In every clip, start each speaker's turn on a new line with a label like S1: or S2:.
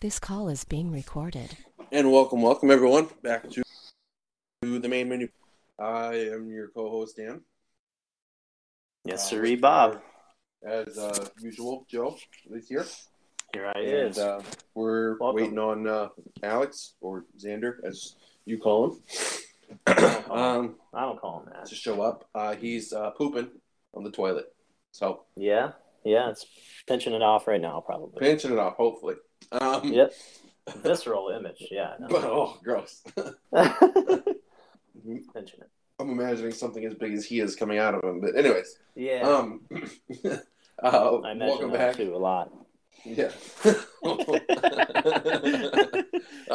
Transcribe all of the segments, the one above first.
S1: This call is being recorded.
S2: And welcome, welcome everyone back to to the main menu. I am your co-host Dan,
S3: Yes,
S2: Uh,
S3: sirree, Bob.
S2: as uh, usual. Joe is here,
S3: Here I
S2: and
S3: is.
S2: uh, we're
S3: Welcome.
S2: waiting on uh, Alex or Xander, as you call him, um,
S3: I don't call him that.
S2: to show up. Uh, he's uh, pooping on the toilet, so
S3: Yeah, yeah. It's pinching it off right now, probably.
S2: pinching it off. Hopefully, um,
S3: Yep. Visceral image. Yeah. I know.
S2: But oh, gross! oh.
S3: pinching it.
S2: I'm imagining something as big as he is coming out of him. But anyways,
S3: Yeah.
S2: um, uh,
S3: I imagine
S2: welcome
S3: that
S2: back.
S3: too a lot.
S2: Yeah.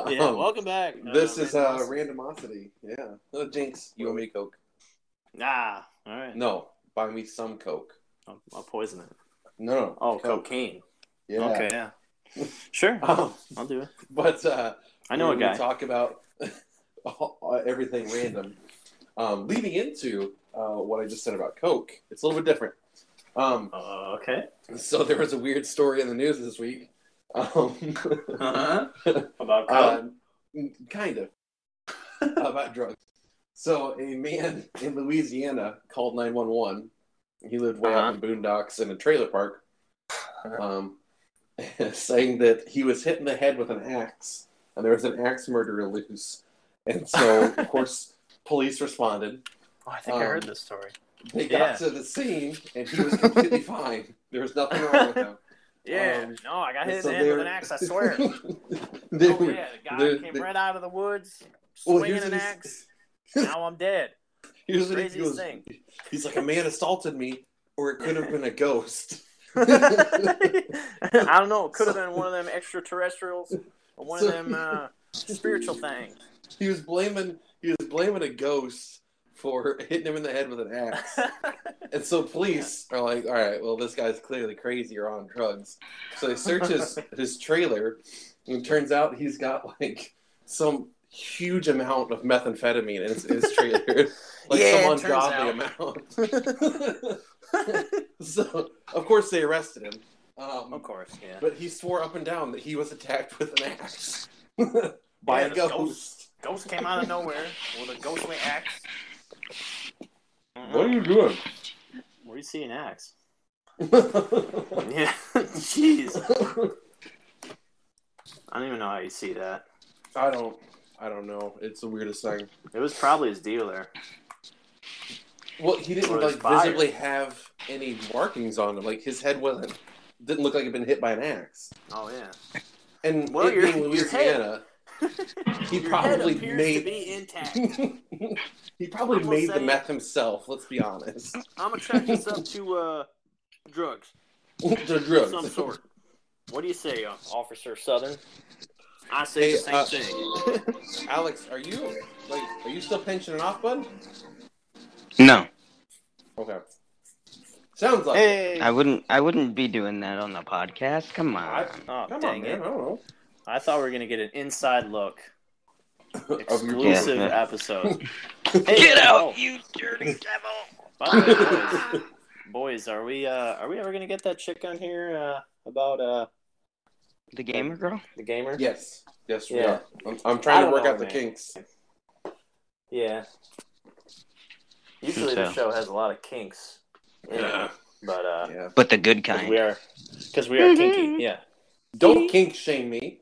S3: yeah.
S2: Um,
S3: welcome back.
S2: This is uh,
S3: Randomosity.
S2: randomosity. Yeah. Oh, Jinx, you owe me Coke.
S3: ah. All right.
S2: No, buy me some Coke.
S3: I'll, I'll poison it.
S2: No.
S3: Oh, cocaine.
S2: Yeah.
S3: Okay. Yeah. Sure.
S2: Um,
S3: I'll do it.
S2: but uh,
S3: I know
S2: we
S3: a guy.
S2: Talk about all- everything random. Um, leading into uh, what I just said about Coke, it's a little bit different. Um,
S3: Uh, okay.
S2: so there was a weird story in the news this week. Um,
S3: Uh-huh. About
S4: Oh.
S2: Uh, kind of about drugs. So a man in Louisiana called 911. He lived way
S4: Uh-huh.
S2: out in the boondocks in a trailer park, um, saying that he was hit in the head with an axe, and there was an axe murderer loose. And so, of course, police responded.
S4: Oh, I think I
S2: Um,
S4: heard this story.
S2: They got
S4: Yeah.
S2: to the scene, and he was completely fine. There was nothing wrong with him.
S4: Yeah,
S2: um,
S4: no, I got
S2: And
S4: hit in
S2: so
S4: the head
S2: they
S4: with
S2: were-
S4: an axe. I swear. oh
S2: they were-
S4: yeah, the guy
S2: they're-
S4: came
S2: they're-
S4: right out of the woods,
S2: well,
S4: swinging
S2: here's
S4: an
S2: what he-
S4: axe. now I'm dead.
S2: Here's what he
S4: Craziest
S2: goes-
S4: thing.
S2: He's like, a man assaulted me, or it could have been a ghost.
S4: I don't know. It could have been one of them extraterrestrials, or one
S2: So-
S4: of them uh, spiritual things.
S2: He was blaming he was blaming a ghost for hitting him in the head with an axe. And so police are like, all right, well this guy's clearly crazy or on drugs. So they search his his trailer and it turns out he's got like some huge amount of methamphetamine in his, in his trailer. like
S4: Yeah, it
S2: some ungodly amount. so of course they arrested him. Um,
S4: of course, yeah.
S2: But he swore up and down that he was attacked with an axe by
S4: Yeah,
S2: a
S4: the
S2: ghost.
S4: Ghost came out of nowhere with a ghostly axe. Mm-hmm.
S2: What are you doing?
S3: Where do you see an axe?
S2: I
S3: Yeah. Jeez. I don't even know how you see that.
S2: don't. I don't know. It's the weirdest thing.
S3: It was probably his dealer.
S2: Well, he didn't
S3: Or his
S2: like
S3: buyer.
S2: visibly have any markings on him. Like his head wasn't didn't look like it'd been hit by an axe.
S3: Oh yeah.
S2: And
S4: Well,
S2: it
S4: your-
S2: being
S4: your head-
S2: Louisiana, he
S4: Your
S2: probably
S4: head appears to
S2: made
S4: be intact.
S2: he probably
S4: I'm gonna
S2: made the
S4: say-
S2: meth himself. Let's be honest.
S4: I'm gonna chalk this up to uh, drugs.
S2: the
S4: of
S2: drugs.
S4: some sort. What do you say, uh, Officer Southern? I
S2: Hey,
S4: say the same
S2: uh,
S4: thing.
S2: Alex, are you like are you still pinching it off, bud?
S5: No,
S2: Okay. Sounds like it.
S4: Hey,
S5: I wouldn't. I wouldn't be doing that on the podcast. Come on.
S2: I-
S3: Oh
S2: Come
S3: dang
S2: on,
S3: it.
S2: man. I don't know.
S3: I thought we were gonna get an inside look,
S2: Of your-
S3: exclusive
S5: Yeah.
S3: episode.
S5: Get out,
S3: oh,
S5: you dirty devil!
S3: by the way, boys, boys, are we uh, are we ever gonna get that chick on here uh, about uh,
S5: The gamer girl.
S3: the gamer?
S2: Yes. Yes, we
S3: Yeah.
S2: are. I'm, I'm
S3: I
S2: trying to
S3: don't
S2: work
S3: know,
S2: out the
S3: man.
S2: kinks.
S3: Yeah. Usually the
S5: So.
S3: show has a lot of kinks, in it, but uh,
S2: Yeah.
S5: But the good
S3: 'cause
S5: kind.
S3: we are because we are kinky. Yeah.
S2: Don't kink shame me.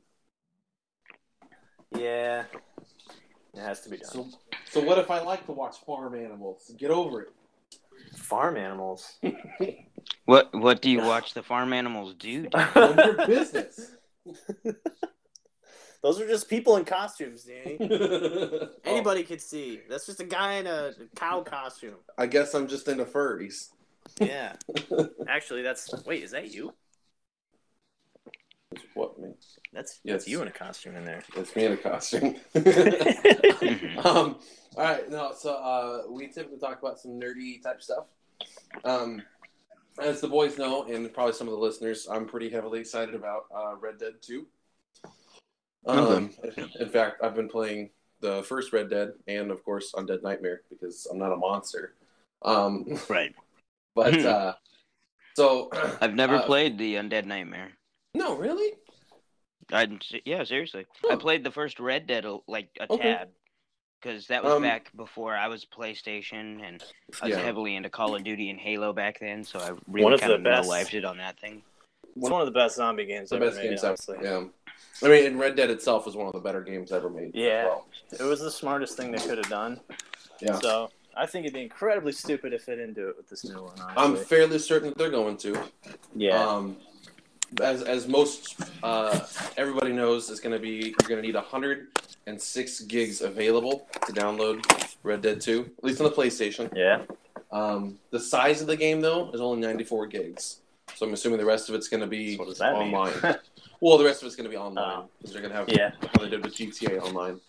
S3: Yeah. It has to be done.
S2: So, so what if I like to watch farm animals? Get over it.
S3: Farm animals.
S5: What What do you watch the farm animals do?
S2: Mind your business.
S3: Those are just people in costumes, Danny.
S2: Anybody?
S3: Anybody could see. That's just a guy in a cow costume.
S2: I guess I'm just into furries.
S3: Yeah. Actually, that's wait. Is that you?
S2: What man?
S3: That's
S2: Yes.
S3: that's you in a costume in there.
S2: It's me in a costume.
S5: Mhm.
S2: um, all right, no. So uh, we typically talk about some nerdy type stuff. Um, as the boys know, and probably some of the listeners, I'm pretty heavily excited about uh, Red Dead Two. Um, in fact, I've been playing the first Red Dead, and of course, Undead Nightmare because I'm not a monster. Um,
S5: right.
S2: but uh, so
S5: I've never
S2: Uh,
S5: played the Undead Nightmare.
S2: no, really,
S5: I yeah, seriously. I played the first Red Dead a- like a
S2: Okay.
S5: tad because that was
S2: Um,
S5: back before I was PlayStation and I was
S2: Yeah.
S5: heavily into Call of Duty and Halo back then, so I really
S3: of
S5: kind
S3: the
S5: of no
S3: best-
S5: lifed it on that thing.
S3: It's one of the best zombie games
S2: It's the
S3: ever
S2: best
S3: made,
S2: game
S3: honestly.
S2: ever. Yeah. I mean, and Red Dead itself was one of the better games ever made. as
S3: Yeah.
S2: well.
S3: It was the smartest thing they could have done.
S2: Yeah.
S3: So I think it'd be incredibly stupid if they didn't do it with this new one.
S2: I'm
S3: Honestly.
S2: fairly certain that they're going to.
S3: yeah.
S2: Um, as as most uh, everybody knows, it's going to be you're going to need 106 gigs available to download Red Dead 2, at least on the PlayStation.
S3: yeah.
S2: Um, the size of the game though is only 94 gigs, so I'm assuming the rest of it's going to be
S3: So what does that
S2: online.
S3: mean? Oh.
S2: well, the rest of it's going to be online because they're going to have
S3: yeah.
S2: how they did with GTA Online,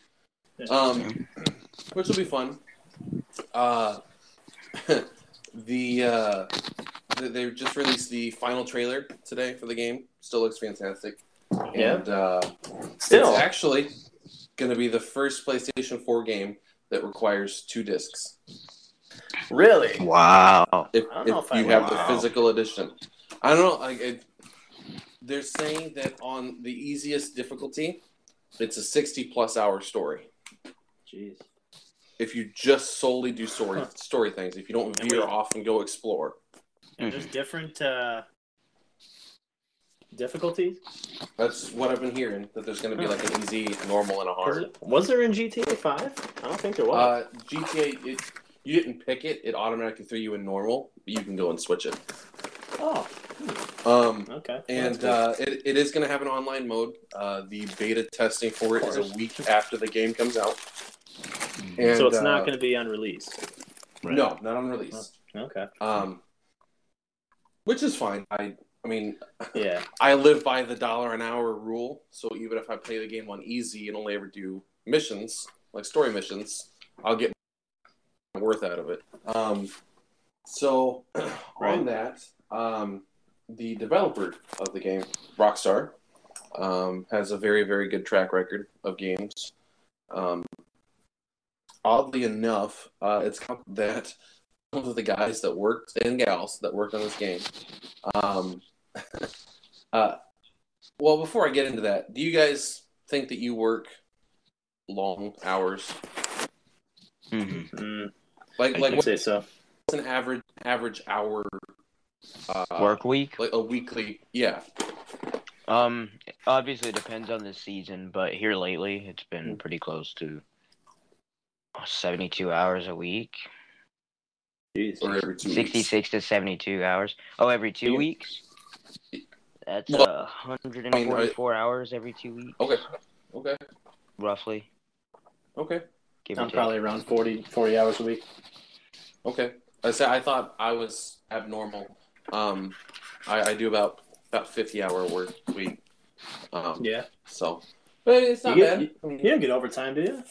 S2: um, which will be fun. Uh, the uh, they, they just released the final trailer today for the game. Still looks fantastic.
S3: Yeah.
S2: And uh,
S3: Still.
S2: it's actually going to be the first PlayStation 4 game that requires two discs.
S3: Really?
S5: Wow.
S2: If,
S3: I don't
S2: if
S3: know if I
S2: you
S3: would.
S2: have
S5: Wow.
S2: the physical edition, I don't know. Like, it, they're saying that on the easiest difficulty, it's a 60 plus hour story.
S3: Jeez.
S2: if you just solely do story story things, if you don't
S3: And
S2: veer
S3: we-
S2: off and go explore.
S5: Mhm.
S2: Mm-hmm.
S4: There's different uh, difficulties.
S2: That's what I've been hearing. That there's going to be like an easy, normal, and a
S3: Was,
S2: hard.
S3: it- was there in GTA 5? I don't think there was.
S2: Uh, GTA, it, you didn't pick it; it automatically threw you in normal. But you can go and switch it.
S3: oh,
S2: Um,
S3: okay.
S2: and uh, it, it is going to have an online mode. Uh, the beta testing for it is a week after the game comes out. And,
S3: so it's not
S2: uh,
S3: going to be unreleased.
S2: No, not unreleased.
S3: Okay.
S2: Um, which is fine. I, I mean,
S3: Yeah.
S2: I live by the dollar an hour rule, so even if I play the game on easy and only ever do missions, like story missions, I'll get my worth out of it. Um, so, on
S3: Right.
S2: that, um, the developer of the game, Rockstar, um, has a very, very good track record of games. Um, oddly enough, uh, it's come that some of the guys that worked and gals that worked on this game. Um, uh, well, before I get into that, do you guys think that you work long hours? Hmm.
S5: Mhm.
S3: Mm,
S2: Like,
S5: I
S2: like
S3: I'd
S2: what's
S3: say so.
S2: an average average hour uh,
S5: Work week?
S2: Like a weekly, yeah.
S5: Um, obviously it depends on the season, but here lately it's been
S2: Mm.
S5: pretty close to seventy-two hours a week,
S3: Jeez.
S2: Or every two weeks.
S5: sixty-six to seventy-two hours. Oh, every two
S2: Yeah.
S5: weeks. That's
S2: Well,
S5: uh, hundred and forty-four hours every two weeks,
S2: Okay, okay,
S5: roughly.
S2: okay,
S5: Give or
S3: I'm
S5: take.
S3: probably around 40, 40 hours a week.
S2: okay. I said I thought I was abnormal. Um, I, I do about about fifty hour work week. Um,
S3: Yeah.
S2: so, but it's
S3: You
S2: not
S3: get-
S2: bad.
S3: you- You don't get overtime, do you?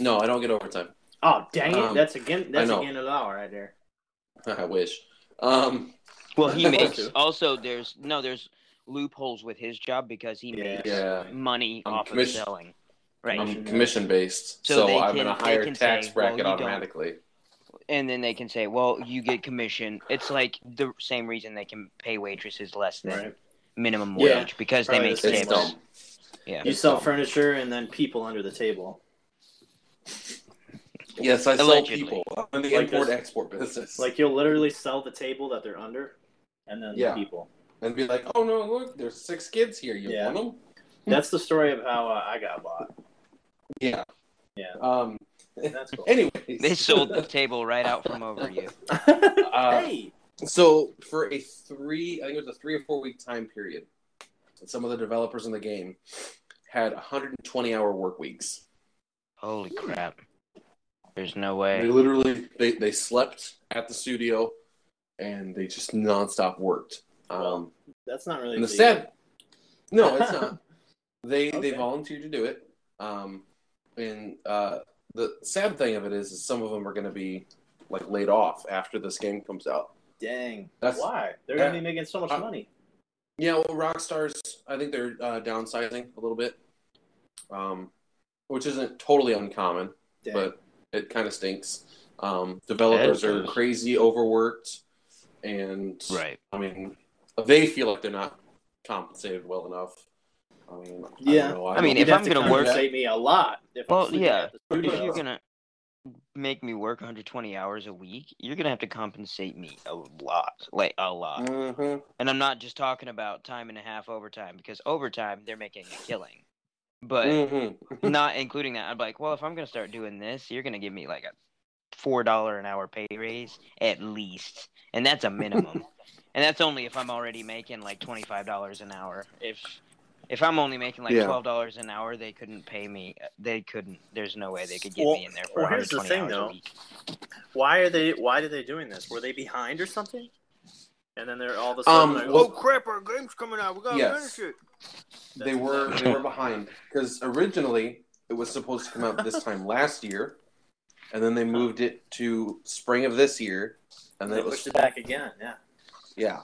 S2: No, I don't get overtime.
S4: Oh dang it!
S2: Um,
S4: that's again. That's
S2: know.
S4: again a law right there.
S2: I wish. Um,
S5: Well, he
S2: Close
S5: makes
S2: to.
S5: also there's no there's loopholes with his job because he
S3: Yeah.
S5: makes
S2: yeah.
S5: money
S2: I'm
S5: off
S2: commission-
S5: of selling, right?
S2: I'm commission based,
S5: So
S2: so,
S5: they
S2: I'm in
S5: can-
S2: a
S5: they
S2: higher
S5: can
S2: tax
S5: say, well, you
S2: bracket
S5: don't-
S2: automatically.
S5: and then they can say, well, you get commission. It's like the same reason they can pay waitresses less than
S3: Right.
S5: minimum wage
S3: Yeah,
S5: because they
S3: probably
S5: make
S3: the same
S2: It's
S5: tips.
S3: way.
S2: dumb.
S5: Yeah.
S3: You
S2: It's
S3: sell
S2: dumb.
S3: furniture and then people under the table.
S2: Yes, I sell
S5: Allegedly.
S2: people. I'm in the
S3: Like
S2: import
S3: this-
S2: export business.
S3: Like you'll literally sell the table that they're under, and then
S2: Yeah.
S3: the people.
S2: and be like, oh no, look, there's six kids here. You
S3: Yeah.
S2: want them?
S3: That's the story of how uh, I got bought.
S2: Yeah.
S3: Yeah.
S2: Um.
S3: And That's cool.
S2: Anyways,
S5: They sold the table right out from over you.
S2: Uh,
S3: hey,
S2: So for a three, I think it was a three or four week time period, some of the developers in the game had 120 hour work weeks.
S5: Holy crap. There's no
S2: They
S5: way.
S2: literally they, they slept at the studio, and they just nonstop worked. Um,
S3: that's not really
S2: And the
S3: legal.
S2: sad, no, it's not. They they
S3: Okay.
S2: volunteered to do it. Um, and uh, the sad thing of it is, is some of them are going to be like laid off after this game comes out.
S3: Dang.
S2: That's-
S3: Why? They're
S2: yeah.
S3: gonna be making so much
S2: Uh,
S3: money.
S2: Yeah, well, Rockstar's I think they're uh, downsizing a little bit, um, which isn't totally uncommon,
S3: Dang.
S2: but it kind of stinks. Um, developers
S5: That
S2: are
S5: does.
S2: crazy, overworked, and
S5: Right.
S2: I mean, they feel like they're not compensated well enough. I mean,
S3: Yeah.
S2: I, don't know.
S5: I mean,
S2: don't-
S5: if I'm gonna work-
S4: save me a lot. If
S5: Well,
S4: I'm sleeping
S5: yeah.
S4: at the
S5: If
S4: studio.
S5: you're gonna make me work 120 hours a week, you're gonna have to compensate me a lot, like a lot.
S2: Mhm.
S5: And I'm not just talking about time and a half overtime because overtime they're making a killing. But
S2: Mhm.
S5: not including that, I'd be like, well, if I'm gonna start doing this, you're gonna give me like a four dollar an hour pay raise at least, and that's a minimum. and that's only if I'm already making like twenty five dollars an hour. If if I'm only making like
S2: Yeah.
S5: twelve dollars an hour, they couldn't pay me. They couldn't. There's no way they could get
S4: Well-
S5: me in there for
S4: well, here's the
S5: 120
S4: thing,
S5: hours
S4: though.
S5: a week.
S4: Why are they? Why are they doing this? Were they behind or something? And then they're all of a sudden
S2: Um,
S4: like,
S2: well-
S4: "Oh crap, our game's coming out. We gotta
S2: Yes.
S4: finish it."
S2: They were they were behind because originally it was supposed to come out this time last year, and then they moved it to spring of this year, and
S4: And
S2: then
S4: they
S2: it was
S4: pushed it back again. Yeah.
S2: yeah.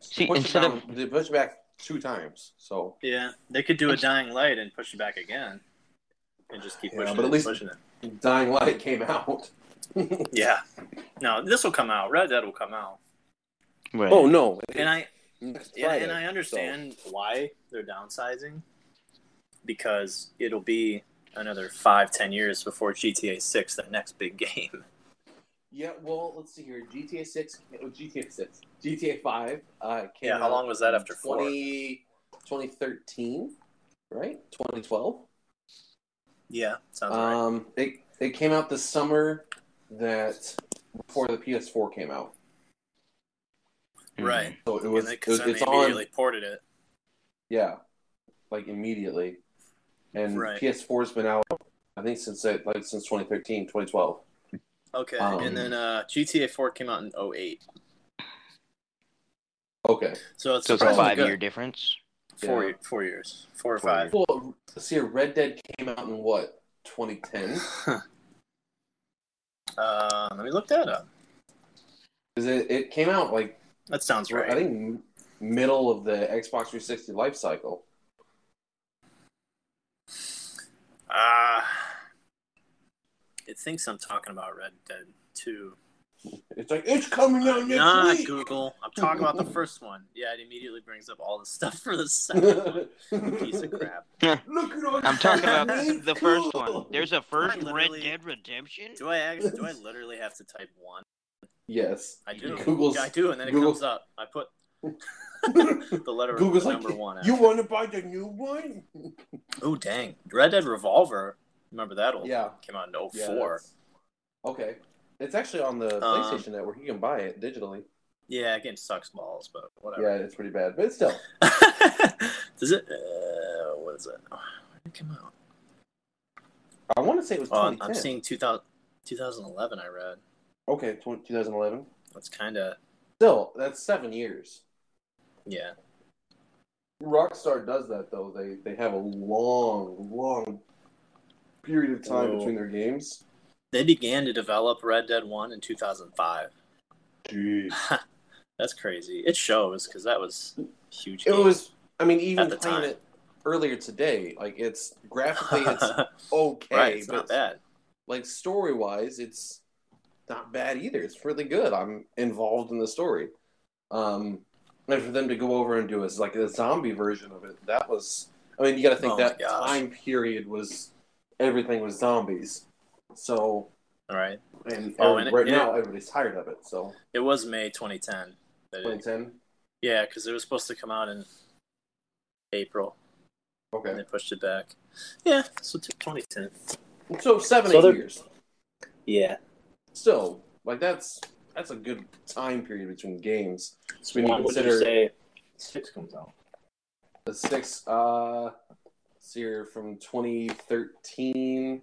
S5: See,
S2: Pushed it
S5: instead
S2: down,
S5: of
S2: they pushed it back two times. So
S4: Yeah. They could do a
S5: It's-
S4: dying light and push it back again, and just keep
S2: Yeah,
S4: pushing
S2: but
S4: it.
S2: at least-
S4: pushing it.
S2: Dying Light came out.
S4: Yeah. No, this will come out. Red Dead will come out.
S5: Right.
S2: Oh no!
S4: And I
S2: Next
S4: Yeah,
S2: Friday,
S4: and I understand why they're downsizing because it'll be another five, ten years before GTA Six, their next big game.
S2: Yeah, well, let's see here. GTA six, oh, GTA six, GTA five. Uh, came
S4: Yeah, how
S2: out
S4: long was that
S2: in
S4: after four?
S2: 20, 2013, right? Twenty twelve.
S4: Yeah, sounds right.
S2: Um, it it came out the summer that before the PS four came out.
S5: Mm-hmm.
S4: Right.
S2: So Hmm. it
S4: And
S2: was,
S4: they,
S2: it
S4: 'cause
S2: was
S4: then they
S2: it's on.
S4: immediately ported it.
S2: Yeah, like immediately, and
S4: Right.
S2: PS four's been out. I think since that, like since 2013, 2012.
S4: Okay,
S2: Um,
S4: and then uh, GTA Four came out in 08.
S2: Okay.
S4: So it's
S5: So it's a
S4: surprisingly
S5: five year
S4: good.
S5: difference.
S4: four,
S2: Yeah.
S4: year- four years, four or
S5: Four
S4: five.
S2: Well, let's see here. Red Dead came out in what 2010?
S4: uh, let me look that up.
S2: Because it, it came out like
S4: That sounds
S2: Well,
S4: right.
S2: I think m- middle of the Xbox 360 life cycle.
S4: Ah, it thinks I'm talking about Red Dead Two.
S2: It's like it's coming out next
S4: Nah,
S2: week.
S4: Google. I'm talking about the first one. Yeah, it immediately brings up all the stuff for the second one. Piece
S2: Piece
S4: of crap.
S2: Look at all
S5: I'm talking about
S2: these
S5: the first
S2: cool.
S5: one. There's a first Red
S4: literally-
S5: Dead Redemption.
S4: Do I actually, do I literally have to type one?
S2: yes.
S4: I do.
S2: Google's-
S4: I do, and then it
S2: Google-
S4: comes up. I put the letter
S2: Google's
S4: the
S2: like
S4: number one.
S2: you want to buy the new one?
S4: Oh dang! Red Dead Revolver. Remember that old?
S2: Yeah.
S4: one? Came out in
S2: Yeah,
S4: 04.
S2: that's- Okay. It's actually on the
S4: Um,
S2: PlayStation Network. You can buy it digitally.
S4: Yeah, that game sucks balls, but whatever.
S2: Yeah, it's pretty bad, but still.
S4: Does it? Uh, what is it? When did it come out?
S2: I want to say it was
S4: Oh, I'm-
S2: 2010.
S4: I'm seeing 2000, 2011. I read.
S2: Okay, tw 2011.
S4: That's kind of
S2: Still, that's seven years.
S4: yeah.
S2: Rockstar does that though. They they have a long, long period of time
S4: Whoa.
S2: between their games.
S4: They began to develop Red Dead 1 in 2005.
S2: Jeez.
S4: That's crazy. It shows because that was a huge.
S2: It
S4: game.
S2: was. I mean, even
S4: At the
S2: playing
S4: time.
S2: it earlier today, like it's graphically it's okay,
S4: right. It's
S2: but
S4: not bad.
S2: like story wise, it's not bad either. It's really good. I'm involved in the story. Um, and for them to go over and do is like a zombie version of it. That was. I mean, you got to think
S4: Oh my
S2: that
S4: gosh.
S2: time period was everything was zombies. So
S4: All right.
S2: And
S4: Oh,
S2: every-
S4: and it-
S2: right
S4: and
S2: now, everybody's tired of it. So
S4: It was May 2010. that it-
S2: 2010.
S4: yeah, because it was supposed to come out in April, and
S2: Okay.
S4: they pushed it back. Yeah, so t- 2010.
S2: So seven,
S4: So
S2: eight
S4: they're-
S2: years.
S4: Yeah.
S2: Still, like that's that's a good time period between games.
S4: So
S2: When you
S4: what would
S2: consider-
S4: say six comes out?
S2: The six, uh, let's see here from 2013.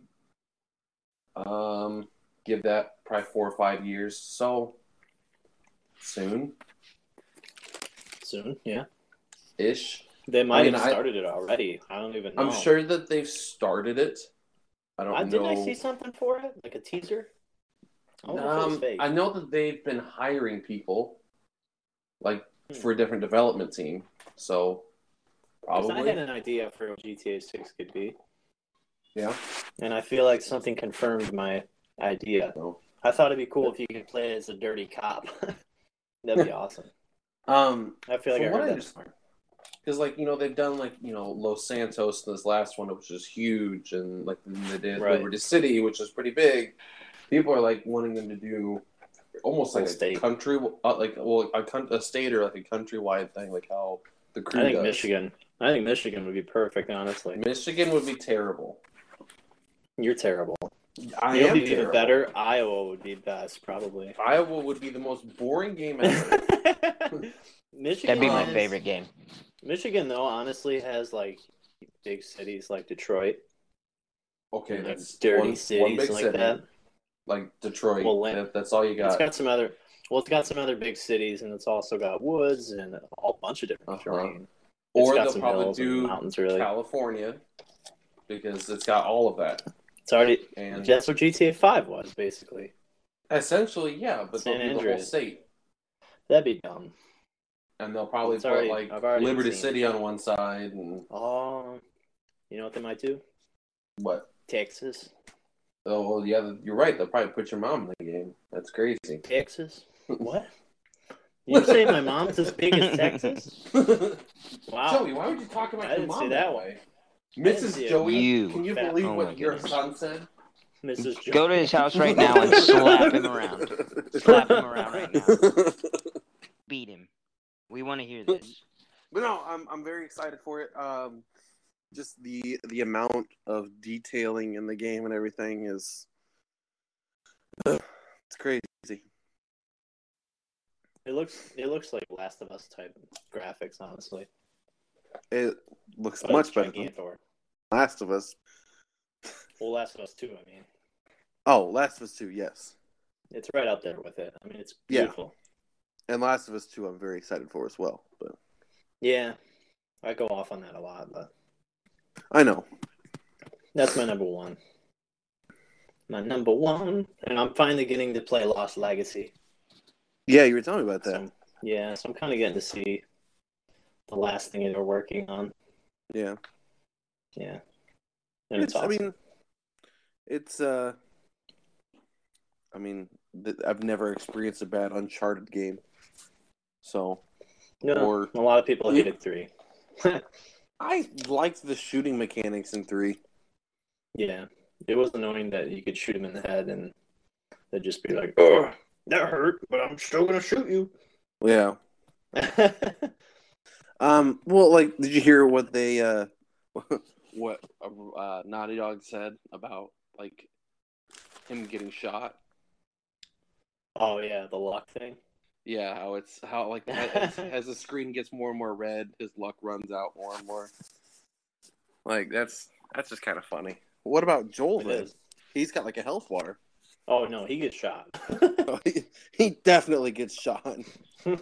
S2: Um, give that probably four or five years. So soon
S4: Soon. Yeah.
S2: ish.
S4: They might
S2: I mean,
S4: have
S2: I-
S4: started it already. I don't even know.
S2: I'm sure that they've started it. I don't
S3: I,
S2: know.
S3: didn't I see something for it, like a teaser?
S4: Oh,
S3: I wonder if it was
S2: Um,
S3: fake.
S2: I know that they've been hiring people, like
S3: Hmm.
S2: for a different development team. So
S3: 'Cause I
S2: probably,
S3: had an idea for what GTA Six could be,
S2: yeah.
S3: and I feel like something confirmed my idea.
S2: So,
S3: I thought it'd be cool if you could play as a dirty cop. That'd be awesome.
S2: um,
S3: I feel like
S2: From
S3: I
S2: what I
S3: heard that
S2: understand-
S3: somewhere.
S2: because like you know they've done like you know Los Santos and this last one which is huge and like then they did
S4: Right.
S2: Liberty City which is pretty big. People are like wanting them to do almost
S3: Whole
S2: like a
S3: state.
S2: country uh, like well a, coun- a state or like a countrywide thing like how the crew
S4: I think
S2: does.
S4: Michigan. I think Michigan would be perfect. Honestly,
S2: Michigan would be terrible.
S4: you're terrible.
S2: I
S4: You'll
S2: am
S4: be even
S2: terrible.
S4: better. Iowa would be best, probably.
S2: Iowa would be the most boring game ever.
S4: Michigan.
S5: That'd be my
S4: has-
S5: favorite game.
S4: Michigan, though, honestly has like big cities like Detroit,
S2: okay,
S4: and, like,
S2: that's
S4: dirty
S2: one,
S4: cities
S2: one big
S4: like
S2: city,
S4: that.
S2: like Detroit.
S4: Well, Lin-
S2: that- that's all you
S4: It's
S2: got.
S4: got some other. Well, it's got some other big cities, and it's also got woods and a whole bunch of different
S2: Uh-huh.
S4: terrain. It's
S2: or
S4: got
S2: they'll
S4: some
S2: probably
S4: hills and
S2: do
S4: mountains. Really,
S2: California because it's got all of that.
S4: it's already
S2: And
S4: that's what GTA Five was basically.
S2: essentially, yeah, but
S4: San
S2: they'll do the whole
S4: Andreas.
S2: state,
S4: That'd be dumb.
S2: and they'll probably
S4: It's
S2: put
S4: already-
S2: like
S4: I've already
S2: Liberty
S4: seen it.
S2: City on one side and
S4: Oh, you know what they might do?
S2: what?
S4: Texas,
S2: Oh, well, yeah, you're right. They'll probably put your mom in the game. That's crazy.
S4: Texas. What? You say my mom's as big as Texas?
S2: Joey,
S4: Wow.
S2: why would you talk about
S4: Ah, I
S2: your
S4: didn't
S2: mom
S4: see
S2: that
S4: that
S2: way?
S4: didn't see
S2: Mrs.
S4: it.
S2: Joey,
S5: You.
S2: can you
S4: Fat.
S2: believe
S5: Oh my
S2: what your
S5: goodness.
S2: son said?
S4: Mrs.
S5: Go to his house right now and slap him around. Slap him around right now. Beat him. We want to hear this.
S2: But no, I'm I'm very excited for it. Um, just the the amount of detailing in the game and everything is it's crazy.
S4: It looks it looks like Last of Us type graphics, honestly.
S2: It looks
S4: But
S2: much
S4: it's
S2: better than
S4: gigantor.
S2: Last of Us.
S4: Well, Last of Us Two. I mean,
S2: Oh, Last of Us Two, yes,
S4: it's right up there with it. I mean, it's
S2: Yeah.
S4: beautiful.
S2: and Last of Us Two, I'm very excited for as well. But
S4: Yeah. I go off on that a lot, but
S2: I know
S4: that's my number one. My number one, and I'm finally getting to play Lost Legacy.
S2: Yeah, you were telling me about
S4: So
S2: that.
S4: I'm- yeah, so I'm kind of getting to see the last thing they're working on.
S2: yeah,
S4: Yeah, and it's,
S2: I
S4: awesome.
S2: mean, it's uh, I mean, th- I've never experienced a bad Uncharted game, so
S4: no,
S2: or-
S4: a lot of people hated three.
S2: I liked the shooting mechanics in three.
S4: Yeah, it was annoying that you could shoot him in the head and they'd just be like, "Oh, that hurt, but I'm still gonna shoot you."
S2: Yeah. Um. Well, like, did you hear what they uh, what uh, Naughty Dog said about like him getting shot?
S4: oh yeah, the luck thing.
S2: Yeah, how it's how like as, as the screen gets more and more red, his luck runs out more and more. Like that's that's just kind of funny. What about Joel?
S4: It
S2: then?
S4: is.
S2: He's got like a health bar.
S4: Oh no, he gets shot.
S2: he, he definitely gets shot.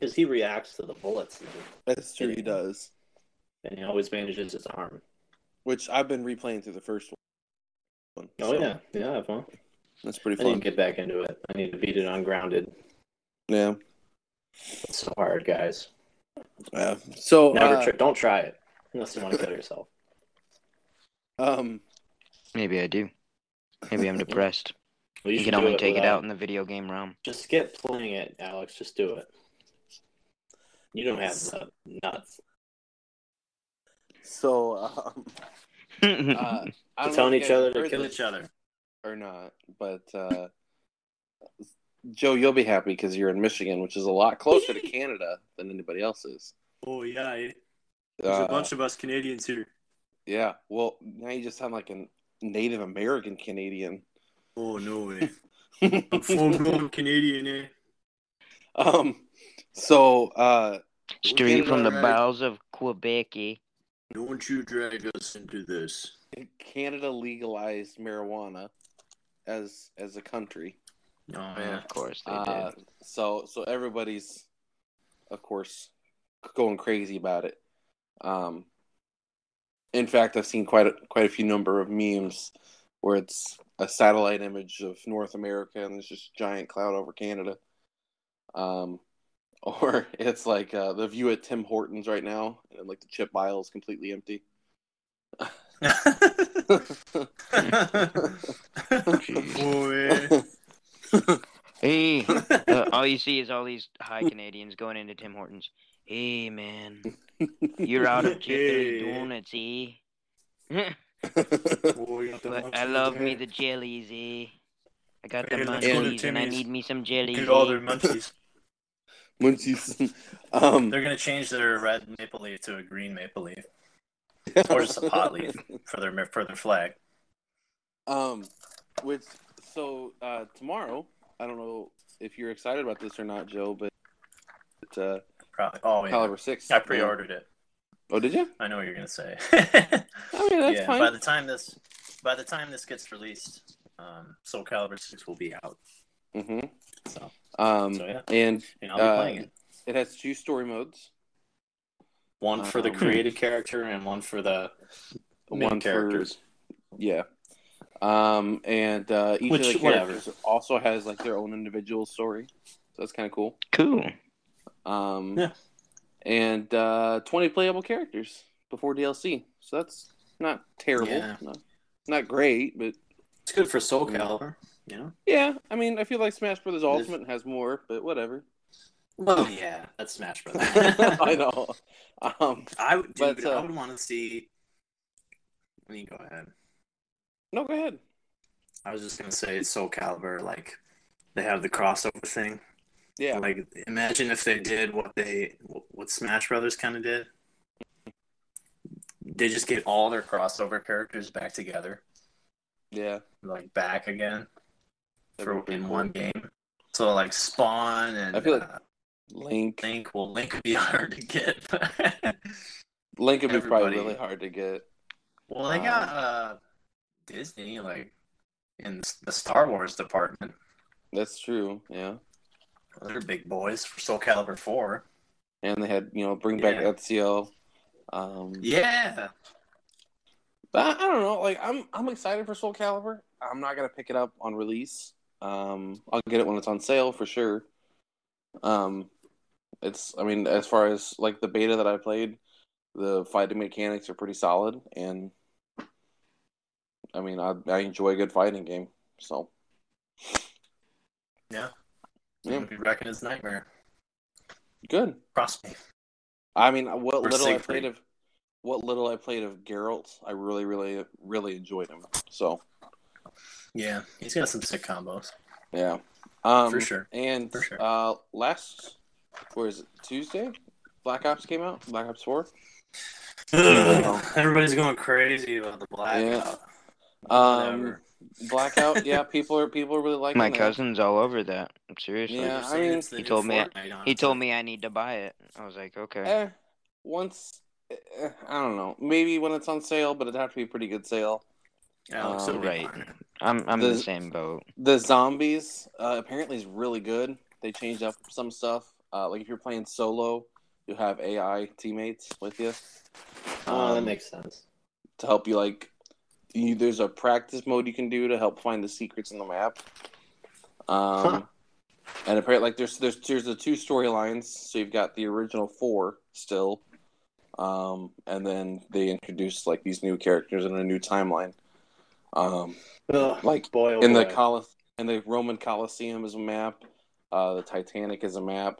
S4: Because he reacts to the bullets,
S2: that's true. He does.
S4: and he always bandages his arm.
S2: Which I've been replaying through the first one.
S4: Oh
S2: so
S4: yeah, yeah, I have one.
S2: that's pretty
S4: I need to
S2: fun.
S4: get back into it. I need to beat it on grounded.
S2: Yeah.
S4: It's so hard, guys.
S2: Yeah. So
S4: Never
S2: uh,
S4: try, don't try it unless you want to kill yourself.
S2: um,
S5: Maybe I do. Maybe I'm depressed.
S4: Well,
S5: You
S4: should
S5: can
S4: do
S5: only take it
S4: without-
S5: out in the video game realm.
S4: Just skip playing it, Alex. Just do it. You don't have the nuts.
S2: so um, uh, I
S4: They're
S2: don't know
S4: telling
S2: if you
S4: each
S2: guys
S4: other to
S2: heard
S4: kill
S2: this
S4: each other.
S2: or not, but uh, Joe, you'll be happy because you're in Michigan, which is a lot closer to Canada than anybody else is.
S4: Oh yeah, eh?
S2: Uh,
S4: of us Canadians here.
S2: yeah. Well, now you just sound like a Native American Canadian.
S4: Oh no way! blown Canadian. Eh?
S2: um. So uh,
S5: Straight from the
S2: Canada-
S5: bowels of Quebec. eh?
S4: Don't you drag us into this?
S2: Canada legalized marijuana as as a country.
S4: Oh
S5: Of course they
S2: Uh,
S5: did.
S2: so so everybody's of course going crazy about it um in fact i've seen quite a quite a few number of memes where it's a satellite image of north america and there's just giant cloud over canada um or it's like uh, the view at tim hortons right now and like the chip aisle is completely empty
S5: Hey, uh, all you see is all these high Canadians going into Tim Hortons. Hey, man. You're out of chicken
S4: Hey.
S5: and donuts, eh? but
S4: But
S5: I love me the jellies, eh? I got the
S4: Hey, let's
S2: go to
S5: munchies and I
S4: Timmy's.
S5: need me some jellies.
S4: Get all their
S5: eh?
S4: munchies.
S2: Munchies. Um,
S4: They're gonna change their red maple leaf to a green maple leaf, or just a pot leaf for their for their flag.
S2: Um, which so uh, tomorrow, I don't know if you're excited about this or not, Joe, but but, uh,
S4: Probably. Oh, yeah.
S2: Caliber Six.
S4: I pre-ordered it.
S2: Oh, did you?
S4: I know what you're gonna say.
S2: I mean, that's
S4: yeah. By
S2: fine.
S4: the time this, by the time this gets released, um, Soul Calibur Six will be out.
S2: hmm
S4: So,
S2: Um,
S4: So, yeah.
S2: and
S4: and I'll be
S2: Uh,
S4: playing it.
S2: it has two story modes.
S4: One for the
S2: um,
S4: created character and one for the main
S2: one
S4: characters.
S2: for yeah. Um, and uh, each
S4: Which-
S2: of the
S4: whatever.
S2: characters also has like their own individual story, so that's kind of cool.
S5: Cool.
S2: Um,
S4: Yeah.
S2: and uh, 20 playable characters before DLC. So that's not terrible.
S4: Yeah.
S2: Not, not great, but
S4: It's good for Soul
S2: Yeah.
S4: Calibur. You know.
S2: yeah. I mean, I feel like Smash Brothers
S4: There's-
S2: Ultimate has more, but whatever.
S4: Well, yeah, that's Smash
S2: I
S4: Brothers.
S2: know. Um,
S4: I would, dude,
S2: But, uh,
S4: I would want to see. I mean, go ahead.
S2: no, go ahead.
S4: I was just gonna say Soul Calibur, like they have the crossover thing.
S2: Yeah.
S4: Like, imagine if they did what they what Smash Brothers kind of did. They just get all their crossover characters back together,
S2: Yeah.
S4: like back again
S2: That'd
S4: for
S2: be pretty
S4: in
S2: cool.
S4: one game. So like Spawn and
S2: I feel like-
S4: uh,
S2: Link.
S4: Link. Well, Link would be hard to get. but-
S2: Link would be probably
S4: everybody.
S2: really hard to get.
S4: well, they got uh, Disney like in the Star Wars department.
S2: That's true. Yeah.
S4: They're big boys for Soul Calibur Four.
S2: And they had, you know, bring back
S4: Yeah.
S2: Ezio. Um,
S4: Yeah.
S2: But I, I don't know. Like I'm, I'm excited for Soul Calibur. I'm not gonna pick it up on release. Um, I'll get it when it's on sale for sure. Um, it's. I mean, as far as like the beta that I played, the fighting mechanics are pretty solid, and I mean, I, I enjoy a good fighting game. So
S4: Yeah.
S2: Yeah.
S4: It'll be wrecking his nightmare.
S2: good.
S4: Cross me.
S2: I mean, uh, what
S4: Or
S2: little I
S4: Siegfried.
S2: played of what little I played of Geralt, I really, really, really enjoyed him. So
S4: Yeah, he's got some sick combos.
S2: yeah, um,
S4: For sure.
S2: And
S4: For sure.
S2: uh, last, where is it? Tuesday, Black Ops came out. Black Ops Four.
S4: Everybody's going crazy about the blackout.
S2: Um,
S4: Whatever.
S2: Blackout. Yeah, people are people are really liking.
S5: My
S2: that.
S5: cousin's all over that. Seriously.
S2: Yeah,
S4: They're
S2: I
S4: saying
S2: mean-
S4: it's the
S5: He
S4: new
S5: told me-
S4: Fortnite on
S5: He
S4: it.
S5: told me I need to buy it. I was like, okay.
S2: Eh, once, eh, I don't know. Maybe when it's on sale, but it'd have to be a pretty good sale.
S4: Alex
S2: Um,
S4: will be
S5: right.
S4: on it.
S5: I'm I'm in the
S2: the-
S5: same boat.
S2: The zombies uh, apparently is really good. They changed up some stuff. Uh, like if you're playing solo, you have AI teammates with you.
S4: Oh, that
S2: Um,
S4: makes sense.
S2: to help you like you, there's a practice mode you can do to help find the secrets in the map um
S4: Huh.
S2: and apparently like there's there's there's the two storylines so you've got the original four still um and then they introduced like these new characters in a new timeline um like,
S4: boy, oh
S2: in the
S4: boy.
S2: Colise- in the roman coliseum is a map uh the titanic is a map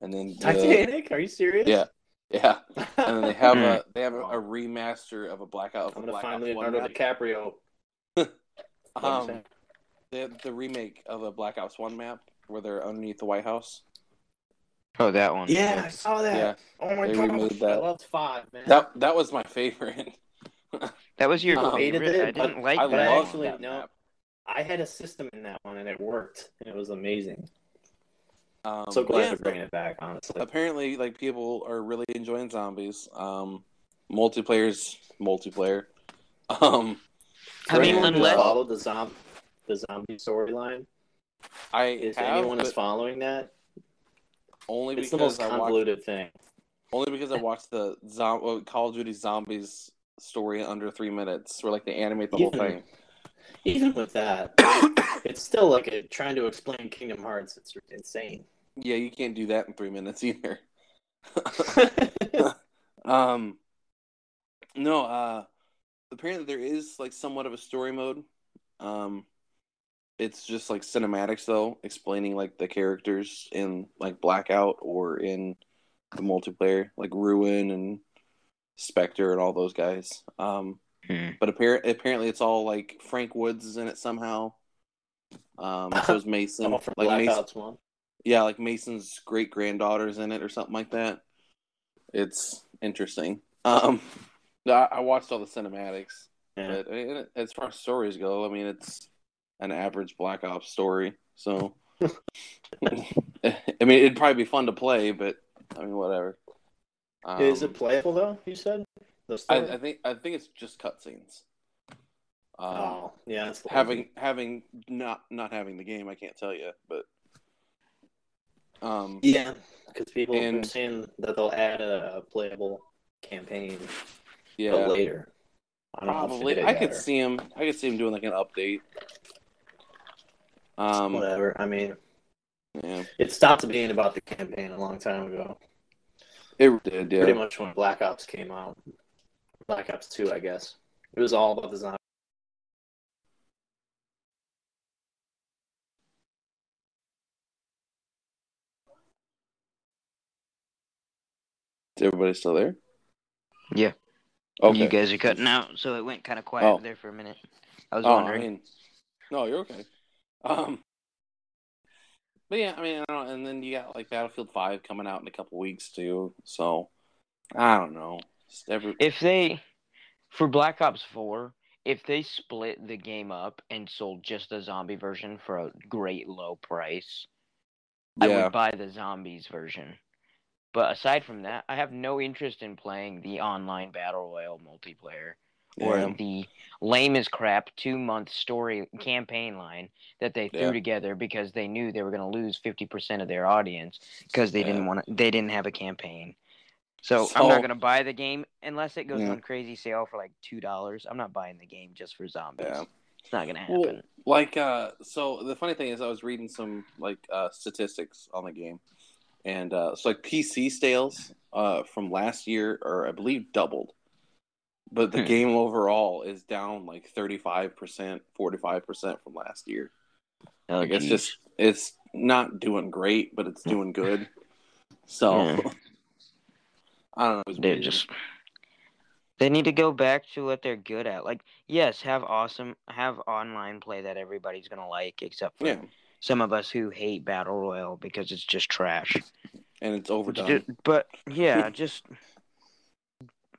S2: and then the-
S4: Titanic? Are you serious?
S2: yeah yeah and then they have a they have a,
S4: Wow.
S2: a remaster of a blackout of
S4: I'm
S2: a
S4: gonna
S2: Black
S4: find
S2: Ops one
S4: Leonardo
S2: map.
S4: DiCaprio. What'd you
S2: Um, the the remake of a Black Ops One map where they're underneath the White House.
S5: Oh, that one.
S4: say? Yeah, I saw that.
S2: Yeah,
S4: oh my
S2: they
S4: god,
S2: remade that.
S4: I loved five, man.
S2: that that was my favorite.
S5: That was your
S2: Um,
S5: favorite.
S4: hated it,
S5: I didn't
S4: but
S5: like
S2: I
S5: that.
S4: love-
S2: loved
S4: actually,
S2: that
S4: no.
S2: map.
S4: I had a system in that one, and it worked, and it was amazing.
S2: Um,
S4: so glad
S2: yeah,
S4: they're bringing it back, honestly.
S2: Apparently, like people are really enjoying zombies. Um, multiplayers, multiplayer. Um,
S5: I mean,
S2: Anyone
S4: anyone
S5: unless
S4: followed the zombie, the zombie storyline,
S2: I
S4: if
S2: have,
S4: anyone is
S2: but
S4: following that,
S2: only
S4: it's
S2: because
S4: the most
S2: I watched
S4: convoluted thing.
S2: only because I watched the zom- well, Call of Duty zombies story in under three minutes, where like they animate the whole
S4: Yeah.
S2: thing.
S4: Even with that, it's still like a, trying to explain Kingdom Hearts. It's insane.
S2: Yeah, you can't do that in three minutes either.
S4: yeah,
S2: Um, no. Uh, apparently there is like somewhat of a story mode. Um, it's just like cinematics though, explaining like the characters in like Blackout or in the multiplayer, like Ruin and Spectre and all those guys. Um,
S5: Hmm.
S2: But appar- apparently, it's all like Frank Woods is in it somehow. Um, so is Mason,
S4: All for
S2: like
S4: Black
S2: Mason,
S4: Ops One.
S2: yeah, like Mason's great granddaughter's in it or something like that. It's interesting. Um, no, I, I watched all the cinematics,
S4: Yeah.
S2: but I mean, as far as stories go, I mean, it's an average Black Ops story. So, I mean, it'd probably be fun to play, but I mean, whatever. Um,
S4: Is it playable though? You said. Those
S2: I, uh,
S4: three?
S2: I think I think it's just cutscenes. Um,
S4: oh, yeah. That's
S2: having having not not having the game, I can't tell you, but um,
S4: Yeah, because people are
S2: And-
S4: saying that they'll add a, a playable campaign
S2: yeah.
S4: but later. I don't know if they
S2: Probably.
S4: did
S2: I could
S4: that or
S2: see him. I could see him doing like an update. Um.
S4: whatever. I mean,
S2: Yeah.
S4: it stopped being about the campaign a long time ago.
S2: It did.
S4: Pretty
S2: Yeah.
S4: much when Black Ops came out, Black Ops Two, I guess. It was all about the zombie.
S2: Is everybody still there?
S5: Yeah.
S2: Okay.
S5: You guys are cutting out, so it went kind of quiet
S2: Oh.
S5: there for a minute. I was
S2: oh, I
S5: wondering.
S2: mean, no, you're okay. Um. But yeah, I mean, I don't, and then you got like Battlefield Five coming out in a couple weeks too. So I don't know. Just every
S5: if they for Black Ops 4, if they split the game up and sold just the zombie version for a great low price, I
S2: Yeah.
S5: would buy the zombies version. But aside from that, I have no interest in playing the online battle royale multiplayer or
S2: yeah.
S5: the lame as crap two month story campaign line that they threw
S2: Yeah.
S5: together because they knew they were going to lose 50% of their audience because they didn't
S2: Yeah.
S5: want to they didn't have a campaign so, i'm not
S2: So-
S5: going to buy the game unless it goes
S2: Yeah.
S5: on crazy sale for like two dollars i'm not buying the game just for zombies
S2: Yeah.
S5: it's not going to happen
S2: Well, like uh so the funny thing is I was reading some like uh statistics on the game and uh so like PC sales uh from last year or I believe doubled. But the
S5: Hmm.
S2: game overall is down like 35%, 45% from last year.
S5: oh,
S2: Like it's
S5: geez.
S2: just it's not doing great, but it's doing good. So
S5: Yeah.
S2: I don't know. it was
S5: They're
S2: weird.
S5: Hmm. just they need to go back to what they're good at. Like, yes, have awesome, have online play that everybody's gonna like, except for
S2: yeah,
S5: some of us who hate battle royale because it's just trash.
S2: and it's overdone.
S5: Ju- but yeah, just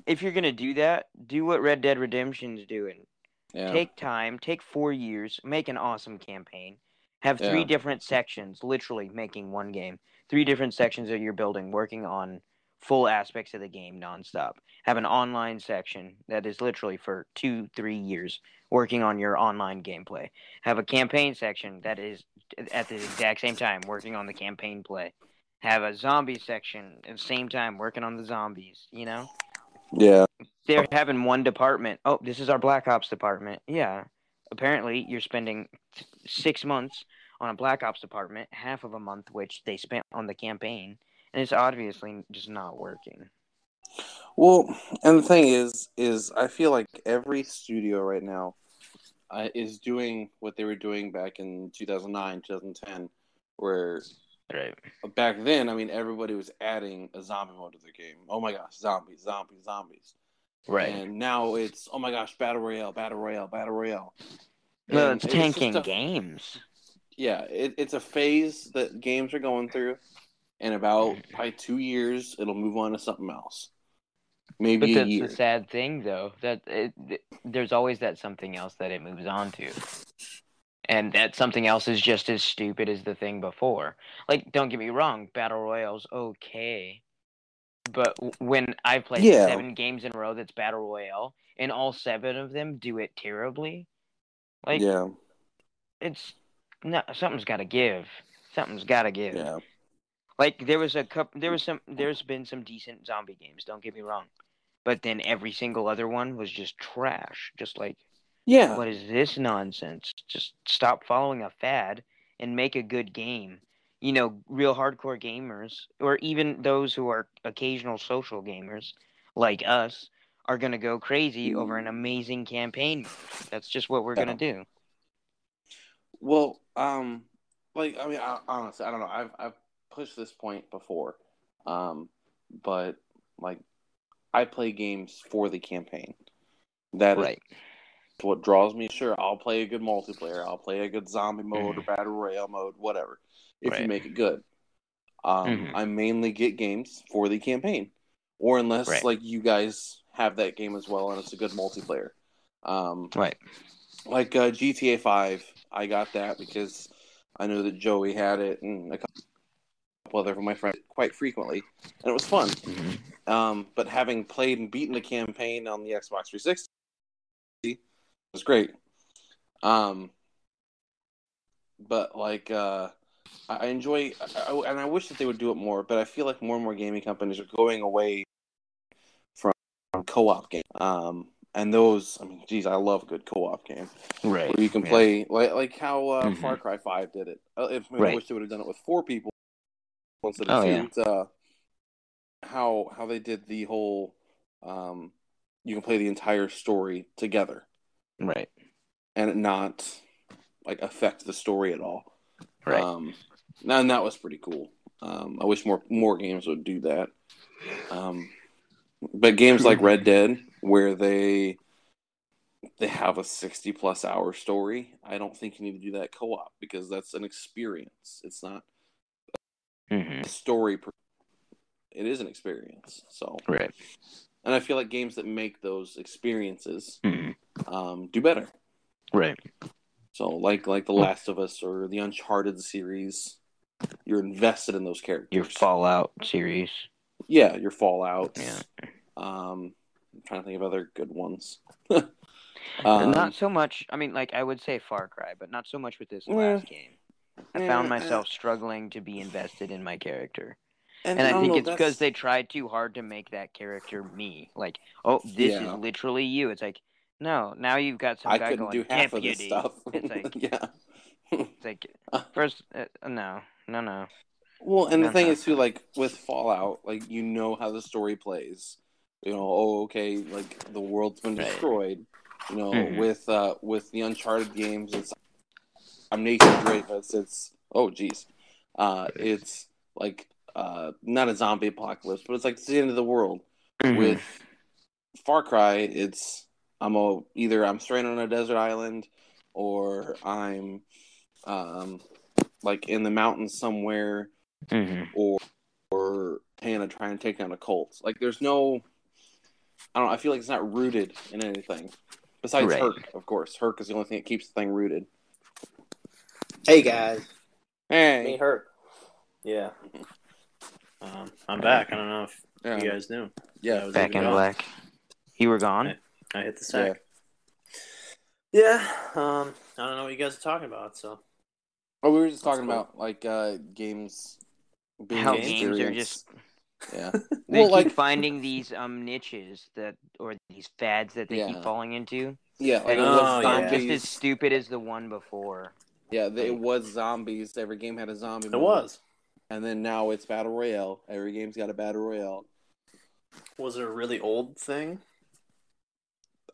S5: if you're gonna do that, do what Red Dead Redemption's doing.
S2: yeah.
S5: Take time, take four years, make an awesome campaign. Have three
S2: Yeah.
S5: different sections, literally making one game. Three different sections that you're building, working on full aspects of the game nonstop. Have an online section that is literally for two, three years working on your online gameplay. Have a campaign section that is at the exact same time working on the campaign play. Have a zombie section at the same time working on the zombies, you know?
S2: yeah.
S5: they're having one department. Oh, this is our Black Ops department. Yeah. Apparently, you're spending t- six months on a Black Ops department, half of a month which they spent on the campaign, and it's obviously just not working.
S2: Well, and the thing is, is I feel like every studio right now uh, is doing what they were doing back in 2009, 2010, where
S5: Right.
S2: back then, I mean, everybody was adding a zombie mode to their game. Oh my gosh, zombies, zombies, zombies. And now it's, oh my gosh, battle royale, battle royale, battle royale.
S5: Well,
S2: And
S5: it's
S2: just
S5: tanking
S2: a-
S5: games.
S2: yeah, it, it's a phase that games are going through. and about probably two years, it'll move on to something else.
S5: But
S2: Maybe a
S5: that's
S2: year.
S5: the sad thing, though. That it, th- there's always that something else that it moves on to, and that something else is just as stupid as the thing before. Like, don't get me wrong, battle royale's okay, but w- when I played
S2: Yeah.
S5: seven games in a row that's battle royale, and all seven of them do it terribly, like
S2: yeah,
S5: it's no something's got to give. Something's got to give.
S2: yeah,
S5: Like there was a couple, there was some, there's been some decent zombie games. Don't get me wrong, but then every single other one was just trash. Just like,
S2: yeah.
S5: what is this nonsense? Just stop following a fad and make a good game. You know, real hardcore gamers, or even those who are occasional social gamers like us, are gonna go crazy over an amazing campaign. mode. That's just what we're gonna do.
S2: Well, um, like I mean, I, honestly, I don't know. I've I've pushed this point before, um, but like I play games for the campaign. That is
S5: Right.
S2: what draws me. Sure, I'll play a good multiplayer. I'll play a good zombie mode or battle royale mode, whatever. If you
S5: Mm-hmm. Right.
S2: make it good, um,
S5: Mhm.
S2: I mainly get games for the campaign, or unless
S5: Right.
S2: like you guys have that game as well and it's a good multiplayer. Um,
S5: Right.
S2: like uh, GTA Five, I got that because I know that Joey had it and a couple other of my friends quite frequently, and it was fun.
S5: Mhm.
S2: Um, but having played and beaten the campaign on the Xbox 360 was great. Um, but like, uh, I I enjoy, I, I- and I wish that they would do it more. But I feel like more and more gaming companies are going away from, from co-op games. Um, and those, I mean, geez, I love a good co-op game
S5: Right.
S2: where you can
S5: yeah.
S2: play like like how uh,
S5: Mhm.
S2: Far Cry Five did it. Uh, if, I
S5: Right.
S2: wish they would have done it with four people instead of
S5: Oh,
S2: two.
S5: yeah.
S2: It's, uh, how how they did the whole um, you can play the entire story together
S5: Right.
S2: and it not like affect the story at all.
S5: Right.
S2: Um, now, and that was pretty cool. Um, I wish more more games would do that. Um, but games like Red Dead, where they they have a sixty plus hour story, I don't think you need to do that co op because that's an experience. It's not
S5: hmm
S2: a story. Per- it is an experience. So,
S5: Right.
S2: and I feel like games that make those experiences
S5: Mhm.
S2: um, do better.
S5: Right.
S2: So, like like The Last of Us or the Uncharted series, you're invested in those characters.
S5: Your Fallout series.
S2: Yeah, your Fallout.
S5: Yeah.
S2: Um, I'm trying to think of other good ones.
S5: And
S2: Um,
S5: not so much. I mean, like I would say Far Cry, but not so much with this
S2: Yeah.
S5: last game. I found
S2: yeah,
S5: myself struggling to be invested in my character,
S2: and,
S5: and I
S2: don't
S5: think
S2: know,
S5: it's
S2: that's-
S5: because they tried too hard to make that character me. Like, oh, this
S2: Yeah.
S5: is literally you. It's like, no, now you've got some
S2: I
S5: guy
S2: couldn't
S5: going
S2: do half of this
S5: deputy.
S2: stuff.
S5: It's like-
S2: yeah.
S5: It's like first, uh, no, no, no.
S2: Well, and the
S5: No,
S2: thing
S5: no.
S2: is too, like with Fallout, like you know how the story plays. You know, oh okay, like the world's been
S5: Right.
S2: destroyed. You know,
S5: Mhm.
S2: with uh with the Uncharted games, it's I'm Nathan Dreyfuss. It's oh geez, uh, it's like uh not a zombie apocalypse, but it's like it's the end of the world.
S5: Mhm.
S2: With Far Cry, it's I'm a, either I'm stranded on a desert island or I'm um like in the mountains somewhere
S5: Mhm.
S2: or or Hannah trying to take down a cult. Like there's no I don't know, I feel like it's not rooted in anything. Besides
S5: Right.
S2: Herc, of course. Herc is the only thing that keeps the thing rooted.
S4: Hey guys, me
S2: Hey.
S4: hurt. Yeah. Um, I'm back. I don't know if
S2: Mm-hmm. Yeah.
S4: you guys knew.
S2: yeah.
S4: was
S5: back in
S4: even gone.
S5: black. You were gone.
S4: Right. I hit the sack. Yeah. Um, I don't know what you guys are talking about. So
S2: Oh, we were just talking
S4: That's cool.
S2: about like uh games being
S5: How
S2: an
S5: games are
S2: experience.
S5: just-
S2: Yeah.
S5: They
S2: well
S5: keep
S2: like
S5: finding these um niches that or these fads that they
S2: Yeah.
S5: keep falling into.
S2: yeah, like
S5: And
S2: it was
S4: Oh,
S5: it's
S2: zombies.
S5: just as stupid as the one before.
S2: Yeah, they- it was zombies. Every game had a zombie.
S4: it
S2: mode.
S4: was.
S2: And then now it's battle royale. Every game's got a battle royale.
S4: Was it a really old thing?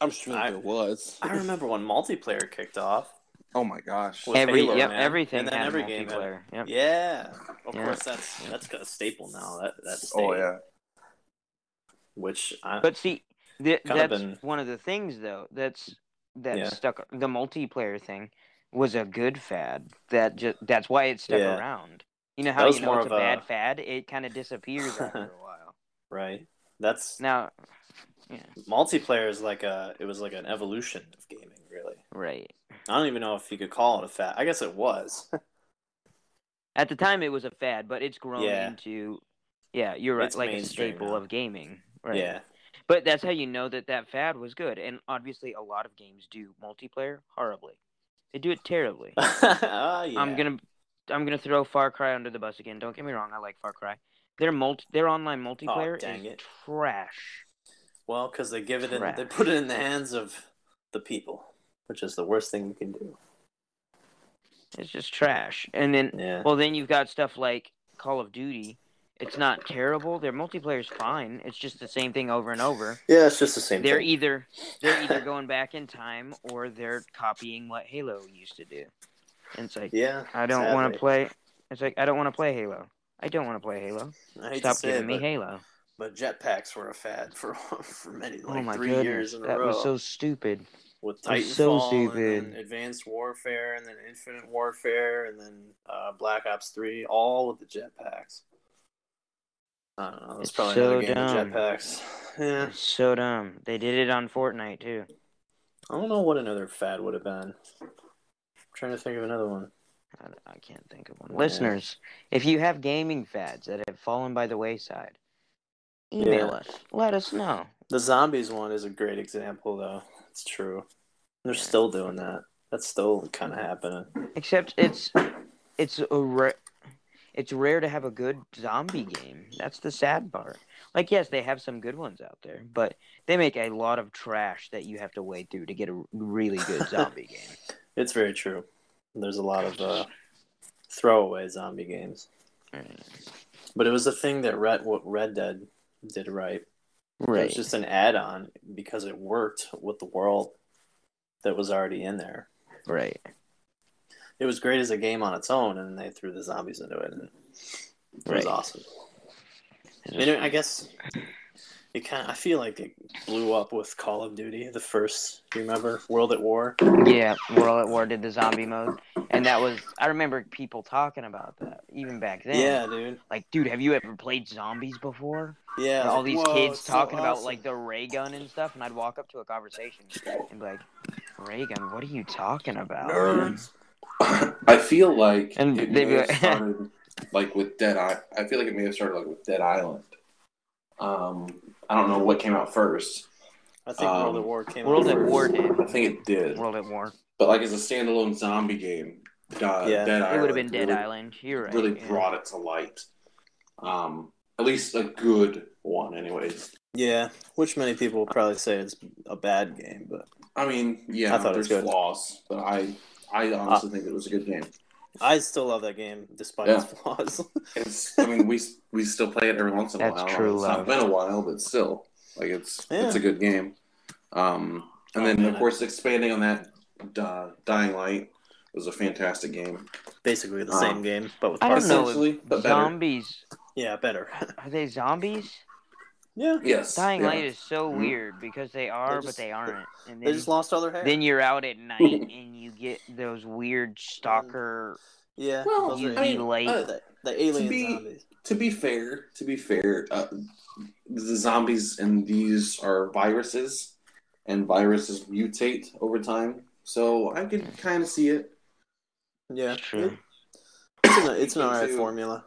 S2: I'm sure
S4: I-
S2: that it was.
S4: I remember when multiplayer kicked off.
S2: Oh my gosh.
S4: With
S5: Every
S4: Halo,
S5: yep,
S4: man.
S5: everything
S4: And then
S5: had
S4: every game had-
S5: multiplayer. Yep.
S4: Yeah. Of
S5: Yeah.
S4: course, that's that's a staple now. That that's
S2: Oh yeah.
S4: Which I,
S5: But see, th-
S4: Kinda
S5: that's
S4: been-
S5: one of the things though. That's that
S4: Yeah.
S5: stuck. The multiplayer thing was a good fad. That just that's why it stuck
S4: Yeah.
S5: around. You know
S4: That
S5: how
S4: was
S5: you know
S4: more
S5: it's a
S4: of a-
S5: bad fad. It kind of disappears after a while.
S4: right. That's
S5: Now,
S4: multiplayer is like a it was like an evolution of gaming really
S5: right.
S4: i don't even know if you could call it a fad i guess it was
S5: At the time, it was a fad, but it's grown
S4: Yeah.
S5: into yeah. You're right,
S4: It's
S5: like a
S4: mainstream
S5: staple
S4: now.
S5: of gaming. Right.
S4: yeah
S5: But that's how you know that that fad was good. And obviously, a lot of games do multiplayer horribly. They do it terribly.
S4: Ah, yeah.
S5: I'm gonna I'm gonna throw Far Cry under the bus again. Don't get me wrong, I like Far Cry. Their multi their online multiplayer
S4: dang
S5: is
S4: it.
S5: trash.
S4: well because they give it in they
S5: Crap.
S4: put it in the hands of the people which is the worst thing you can do
S5: It's just trash. And then
S4: yeah
S5: well, then you've got stuff like Call of Duty. It's not terrible. Their multiplayer's fine. It's just the same thing over and over.
S4: yeah it's just the same
S5: They're
S4: thing.
S5: either they're either going back in time or they're copying what Halo used to do. And it's like
S4: yeah
S5: e I don't want
S4: sadly.
S5: to play. It's like I don't want to play Halo. I don't want to play Halo.
S4: I hate to
S5: Stop
S4: say
S5: giving
S4: it,
S5: me
S4: but
S5: Halo.
S4: But jetpacks were a fad for for many
S5: oh
S4: like
S5: my
S4: three
S5: goodness,
S4: years in a
S5: that
S4: row.
S5: was so stupid.
S4: with
S5: That
S4: Titanfall,
S5: was so
S4: and
S5: stupid.
S4: then Advanced Warfare, and then Infinite Warfare, and then uh, Black Ops Three, all with the jetpacks. I don't know. That's
S5: It's
S4: probably
S5: so
S4: another game
S5: dumb.
S4: with jetpacks. Eh, Yeah.
S5: It's so dumb. They did it on Fortnite too.
S4: I don't know what another fad would have been. I'm trying to think of another one.
S5: I, I can't think of one.
S4: Yeah.
S5: Listeners, if you have gaming fads that have fallen by the wayside, email
S4: Yeah.
S5: us. Let us know.
S4: The zombies one is a great example, though. It's true. They're
S5: Yeah.
S4: still doing that. That's still kind of happening.
S5: Except it's it's a rare it's rare to have a good zombie game. That's the sad part. Like yes, they have some good ones out there, but they make a lot of trash that you have to wade through to get a really good zombie game.
S4: It's very true. There's a lot of uh, throwaway zombie games, but it was a thing that Red what Red Dead did right. It
S5: Right.
S4: was just an add-on because it worked with the world that was already in there.
S5: right.
S4: It was great as a game on its own, and they threw the zombies into it, and it
S5: Right.
S4: was awesome. And it- I guess it kind of, I feel like it blew up with Call of Duty, the first, you remember, World at War?
S5: Yeah, World at War did the zombie mode, and that was I remember people talking about that even back then.
S4: Yeah, dude.
S5: Like, dude, have you ever played zombies before?
S4: Yeah.
S5: And all these
S4: Whoa,
S5: kids
S4: it's so
S5: talking about
S4: awesome.
S5: like the ray gun and stuff, and I'd walk up to a conversation and be like, "Ray gun, what are you talking about?"
S2: Nerds. I feel like
S5: And
S2: it
S5: they'd
S2: may
S5: be
S2: have
S5: like-
S2: started like with Dead Island. I feel like it may have started like with Dead Island. Um, I don't know what came out first.
S4: I think
S2: um,
S4: World at War came
S5: World
S4: out
S5: at
S4: first.
S5: War did.
S2: I think it did,
S5: World at War.
S2: but like as a standalone zombie game, uh,
S4: Yeah.
S2: Dead Island
S5: it would have been Dead
S2: really-
S5: Island. You're right.
S2: Really
S5: yeah.
S2: brought it to light. Um, at least a good one, anyways.
S4: Yeah, which many people would probably say it's a bad game, but
S2: I mean, yeah,
S4: I thought it
S2: there's
S4: was good.
S2: flaws, but I, I honestly think it was a good game.
S4: I still love that game despite its flaws.
S2: It's, I mean, we we still play it every once in a
S5: That's
S2: while.
S5: true
S2: It's
S5: love.
S2: not been a while, but still, like it's
S4: Yeah.
S2: it's a good game. Um, and
S4: Oh,
S2: then
S4: man,
S2: of course expanding on that, uh, Dying Light was a fantastic game.
S4: Basically the
S2: Um,
S4: same game, but with
S5: I don't know.
S2: Essentially, but better.
S5: Zombies?
S4: yeah, better.
S5: Are they zombies?
S4: yeah,
S2: Yes,
S5: Dying
S2: yeah.
S5: Light is so
S2: Mhm.
S5: weird because they are,
S4: just-
S5: but they aren't. And
S4: they
S5: then,
S4: just lost all their hair.
S5: then you're out at night and you get those weird stalker.
S4: yeah,
S2: Well,
S4: those are
S5: I mean,
S4: alien-
S2: uh,
S4: the, the alien
S2: be-
S4: zombies.
S2: To be fair, to be fair, uh, the zombies in these are viruses, and viruses mutate over time. So I
S5: Hmm.
S2: could kind of see it.
S4: Yeah,
S5: True.
S4: it's an, it's an alright
S2: Too.
S4: formula.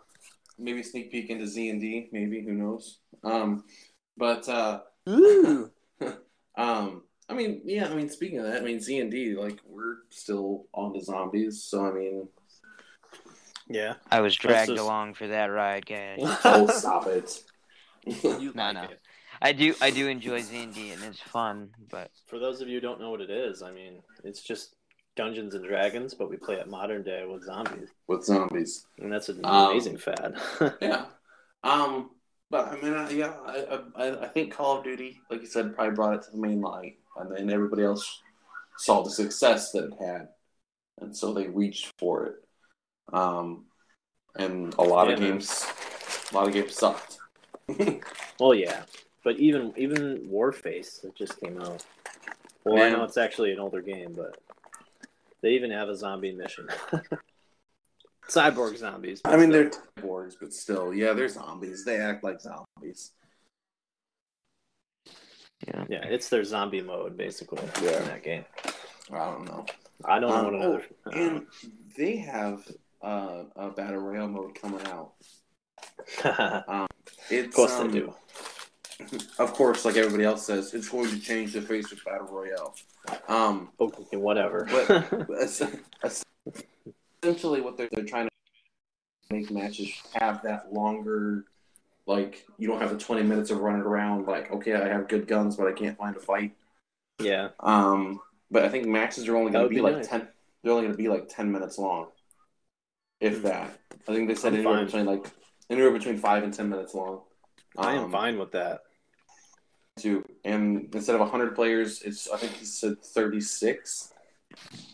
S2: Maybe sneak peek into Z and D. Maybe who knows? Um, but. Uh,
S4: Ooh,
S2: Um, I mean, yeah, I mean, speaking of that, I mean, Z and D, like, we're still on the zombies, so I mean,
S4: yeah.
S5: I was dragged
S4: just-
S5: along for that ride, guys.
S2: oh, stop it.
S4: you
S5: No,
S4: like
S5: no.
S4: it.
S5: I do I do enjoy D and it's fun, but
S4: For those of you who don't know what it is, I mean, it's just Dungeons and Dragons, but we play it modern day with zombies,
S2: With zombies,
S4: and that's an
S5: Oh.
S2: Um,
S4: amazing fad.
S2: yeah. Um, but I mean, I, yeah, I, I, I think Call of Duty, like you said, probably brought it to the main line, and then everybody else saw the success that it had, and so they reached for it. Um, and a lot of
S4: Yeah, man.
S2: games, a lot of games sucked.
S4: well, yeah, but even even Warface that just came out. Well, I
S2: Man.
S4: know it's actually an older game, but they even have a zombie mission. Cyborg zombies. but
S2: I mean,
S4: still.
S2: they're cyborgs, but still, yeah, they're zombies. They act like zombies.
S5: yeah.
S4: yeah, it's their zombie mode basically
S2: Yeah.
S4: in that game.
S2: I don't know.
S4: I don't
S2: Um,
S4: know what another.
S2: oh, and they have uh, a battle royale mode coming out. It's,
S4: of course
S2: um,
S4: they do.
S2: Of course, like everybody else says, it's going to change the face of battle royale. Um,
S4: Okay, whatever.
S2: But- es- es- essentially what they're, they're trying to make matches have that longer like you don't have the 20 minutes of running around like okay i have good guns but i can't find a fight
S4: yeah,
S2: um but i think matches are only
S4: That
S2: going to
S4: would
S2: be,
S4: be
S2: like
S4: nice.
S2: 10 they're only going to be like 10 minutes long if that i think they said
S4: I'm
S2: anywhere
S4: fine.
S2: between like anywhere between 5 and 10 minutes long
S4: I am
S2: Um,
S4: fine with that.
S2: too and instead of 100 players it's i think he said 36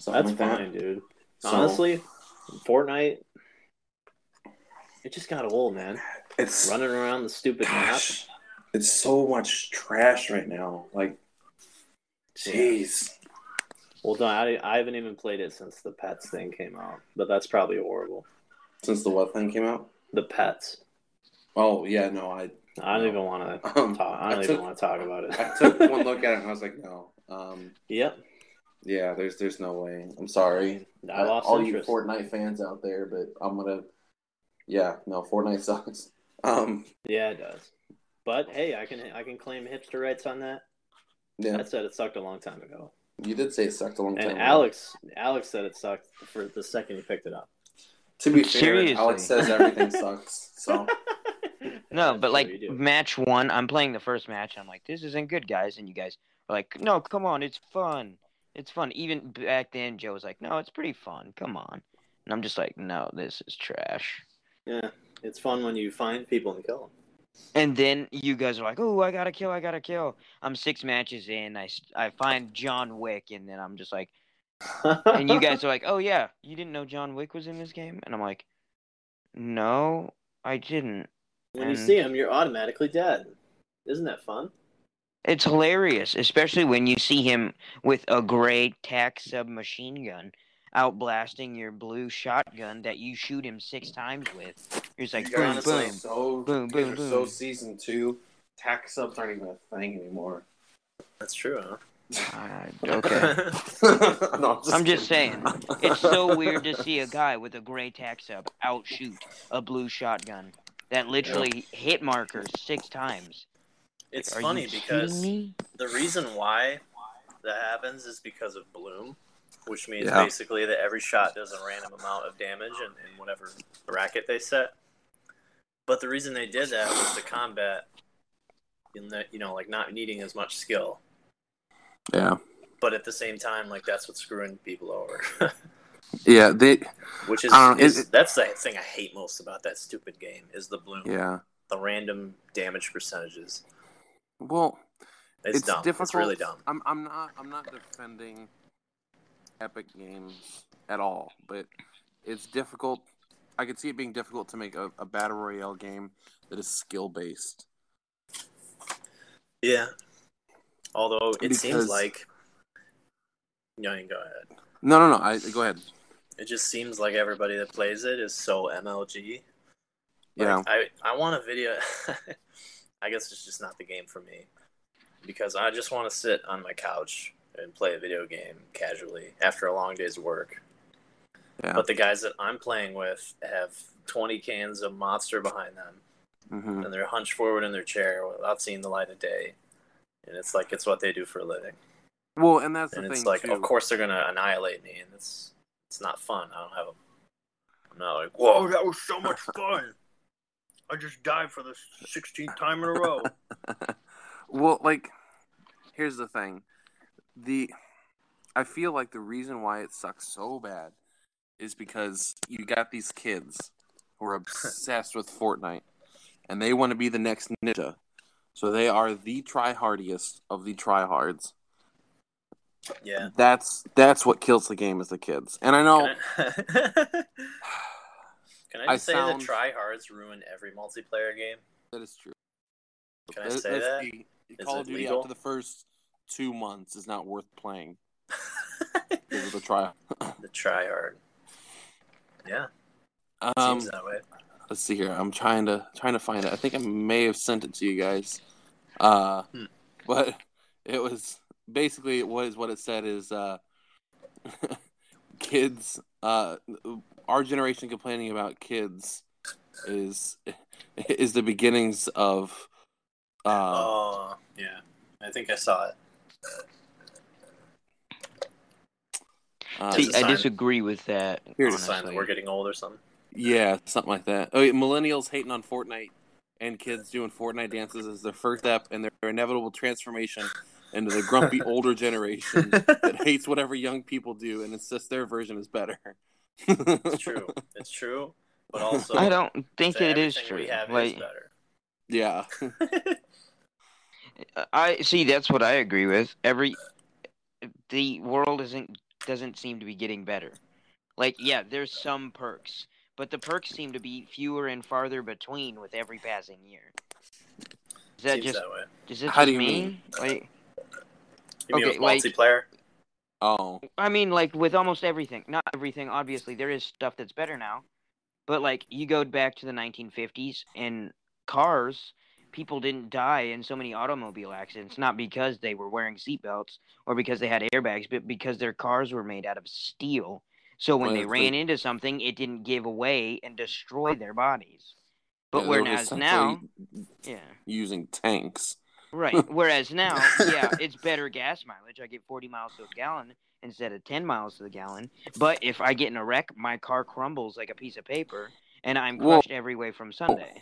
S2: something
S4: That's
S2: like that
S4: fine, dude.
S2: So-
S4: Honestly, Fortnite, it just got old, man.
S2: it's
S4: Running around the stupid map.
S2: Gosh, It's so much trash right now. Like, jeez.
S4: Well, no, I, I haven't even played it since the pets thing came out, but that's probably horrible.
S2: Since the what thing came out?
S4: The pets.
S2: Oh yeah, no, I
S4: I don't even want to
S2: Um,
S4: talk. I
S2: I
S4: don't even
S2: took-
S4: want to talk about it.
S2: I took one look at it and I was like, no. Um,
S4: Yep,
S2: yeah, there's there's no way. I'm sorry.
S4: I
S2: Uh,
S4: lost
S2: all
S4: interest.
S2: you Fortnite fans out there, but I'm gonna. Yeah, no, Fortnite sucks. Um,
S4: Yeah, it does. But hey, I can I can claim hipster rights on that.
S2: yeah,
S4: I said it sucked a long time ago,
S2: you did say it sucked a long time.
S4: and
S2: ago.
S4: Alex Alex said it sucked for the second he picked it up.
S2: to be fair,
S5: Seriously.
S2: Alex says everything sucks. So
S5: No,
S4: That's
S5: but
S4: true,
S5: like
S4: you do.
S5: match one, I'm playing the first match. And I'm like, this isn't good, guys. And you guys are like, no, come on, it's fun. It's fun. Even back then, Joe was like, no, it's pretty fun. Come on. And I'm just like, no, this is trash.
S4: yeah, it's fun when you find people and kill them.
S5: And then you guys are like, oh, I gotta kill, I gotta kill. I'm six matches in. I, s- I find John Wick, and then I'm just like, and you guys are like, oh yeah, you didn't know John Wick was in this game? And I'm like, no, I didn't.
S4: when you
S5: and-
S4: see him, you're automatically dead. Isn't that fun?
S5: It's hilarious, especially when you see him with a gray tac submachine gun outblasting your blue shotgun that you shoot him six times with. You're just like,
S2: You guys
S5: boom,
S2: are
S5: boom.
S2: so
S5: boom,
S2: you guys
S5: boom,
S2: are
S5: boom.
S2: so season two. Tax subs aren't even a thing anymore.
S4: That's true. Huh?
S5: Uh, okay.
S2: No,
S5: I'm just
S2: kidding.
S5: saying, It's so weird to see a guy with a gray tac sub outshoot a blue shotgun that literally hit markers six times.
S4: it's
S5: Are
S4: funny
S5: you
S4: because
S5: kidding me?
S4: the reason why that happens is because of bloom, which means
S2: Yeah.
S4: basically that every shot does a random amount of damage in, in whatever bracket they set. But the reason they did that was to combat, in the, you know, like not needing as much skill.
S2: Yeah,
S4: But at the same time, like that's what's screwing people over,
S2: yeah, they,
S4: which is,
S2: I don't know,
S4: is-
S2: it-
S4: that's the thing I hate most about that stupid game is the bloom,
S2: yeah.
S4: the random damage percentages.
S2: Well,
S4: It's, dumb. It's really dumb.
S2: I'm, I'm not I'm not defending Epic Games at all, but it's difficult. I could see it being difficult to make a, a battle royale game that is skill based.
S4: Yeah. Although it seems
S2: Because-
S4: like no, you can go ahead.
S2: No, no, no. I go ahead.
S4: It just seems like everybody that plays it is so MLG. Like,
S2: yeah,
S4: I I want a video. I guess it's just not the game for me because I just want to sit on my couch and play a video game casually after a long day's work.
S2: Yeah.
S4: But the guys that I'm playing with have 20 cans of Monster behind them,
S2: hmm
S4: and they're hunched forward in their chair without seeing the light of day, and it's like it's what they do for a living.
S2: Well, and that's the
S4: and
S2: thing
S4: it's like,
S2: too.
S4: of course they're gonna annihilate me, and it's it's not fun. I don't have a. I'm not like, whoa, Oh, that was so much fun. I just died for the 16th time in a row.
S2: well, like, here's the thing. The I feel like the reason why it sucks so bad is because you got these kids who are obsessed with Fortnite and they want to be the next ninja. So they are the tryhardiest of the tryhards.
S4: yeah.
S2: That's that's what kills the game is the kids. And I know
S4: Can I, Can I
S2: I
S4: just say
S2: sound-
S4: that tryhards ruin every multiplayer game?
S2: that is true.
S4: Can I
S2: Let-
S4: say
S2: let's
S4: that?
S2: be- Call
S4: it
S2: of Duty
S4: legal?
S2: after the first two months is not worth playing because of the try.
S4: the tryhard. Yeah, it
S2: Um,
S4: seems that way.
S2: let's see here. I'm trying to trying to find it. I think I may have sent it to you guys, uh,
S4: Hmm.
S2: but it was basically what is what it said is uh, kids. Uh, our generation complaining about kids is is the beginnings of. Uh,
S4: Oh, yeah. I think I saw it.
S2: uh,
S5: See, I
S4: sign.
S5: disagree with that.
S2: Here's
S4: It's a sign that
S5: honestly.
S4: we're getting old or something.
S2: yeah, something like that. Oh, yeah, millennials hating on Fortnite and kids doing Fortnite dances is their first step in their inevitable transformation into the grumpy older generation. that hates whatever young people do and insists their version is better.
S4: It's true. It's true. But also,
S5: I don't think
S4: to
S5: it is
S4: everything
S5: true.
S4: We have
S5: Like,
S4: is better.
S2: yeah.
S5: I see. That's what I agree with. Every the world isn't doesn't seem to be getting better. Like, yeah, there's some perks, but the perks seem to be fewer and farther between with every passing year. Is that
S4: Seems
S5: just
S4: that way.
S5: is it
S2: How
S5: just
S2: do you
S5: me?
S2: mean?
S5: Like
S4: You mean with
S5: Okay, like-
S4: multiplayer?
S2: Oh,
S5: I mean, like with almost everything. Not everything, obviously. There is stuff that's better now, but like you go back to the 1950s and cars, people didn't die in so many automobile accidents not because they were wearing seatbelts or because they had airbags, but because their cars were made out of steel. So when
S2: Well,
S5: they
S2: it's
S5: ran
S2: like-
S5: into something, it didn't give away and destroy their bodies. But
S2: yeah, they were
S5: whereas
S2: essentially
S5: now, yeah.
S2: using tanks.
S5: Right. Whereas now, yeah, it's better gas mileage. I get 40 miles to the gallon instead of 10 miles to the gallon. But if I get in a wreck, my car crumbles like a piece of paper and I'm
S2: Well-
S5: crushed every way from Sunday.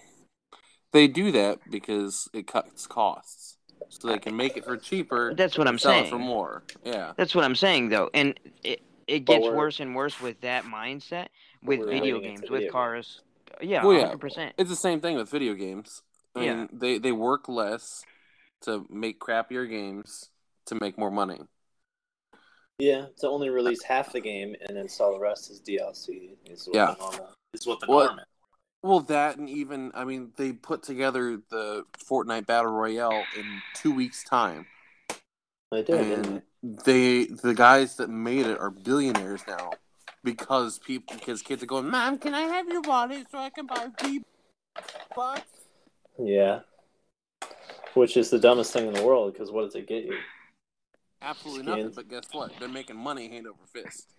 S2: They do that because it cuts costs, so they can make it for cheaper.
S5: That's what I'm
S2: sell
S5: saying.
S2: it for more. Yeah.
S5: That's what I'm saying, though. And it, it gets
S4: we're-
S5: worse and worse with that mindset, with
S4: we're
S5: video
S4: relating it
S5: games,
S4: to
S5: with
S4: video
S5: cars. Yeah,
S2: Well, yeah.
S5: 100%.
S2: It's the same thing with video games. I mean,
S5: Yeah.
S2: they they work less to make crappier games to make more money.
S4: Yeah, to
S2: Uh,
S4: only release half the game and then sell the rest as DLC is what
S2: Yeah.
S4: the normal is what the
S2: What-
S4: norm is.
S2: Well, that and even I mean, they put together the Fortnite Battle Royale in two weeks' time,
S4: They did, didn't
S2: and they the guys that made it are billionaires now because people because kids are going, "Mom, can I have your wallet so I can buy V bucks?"
S4: they? Yeah. Which is the dumbest thing in the world because what does it get you?
S2: Absolutely
S4: Skins.
S2: nothing. But guess what? They're making money hand over fist.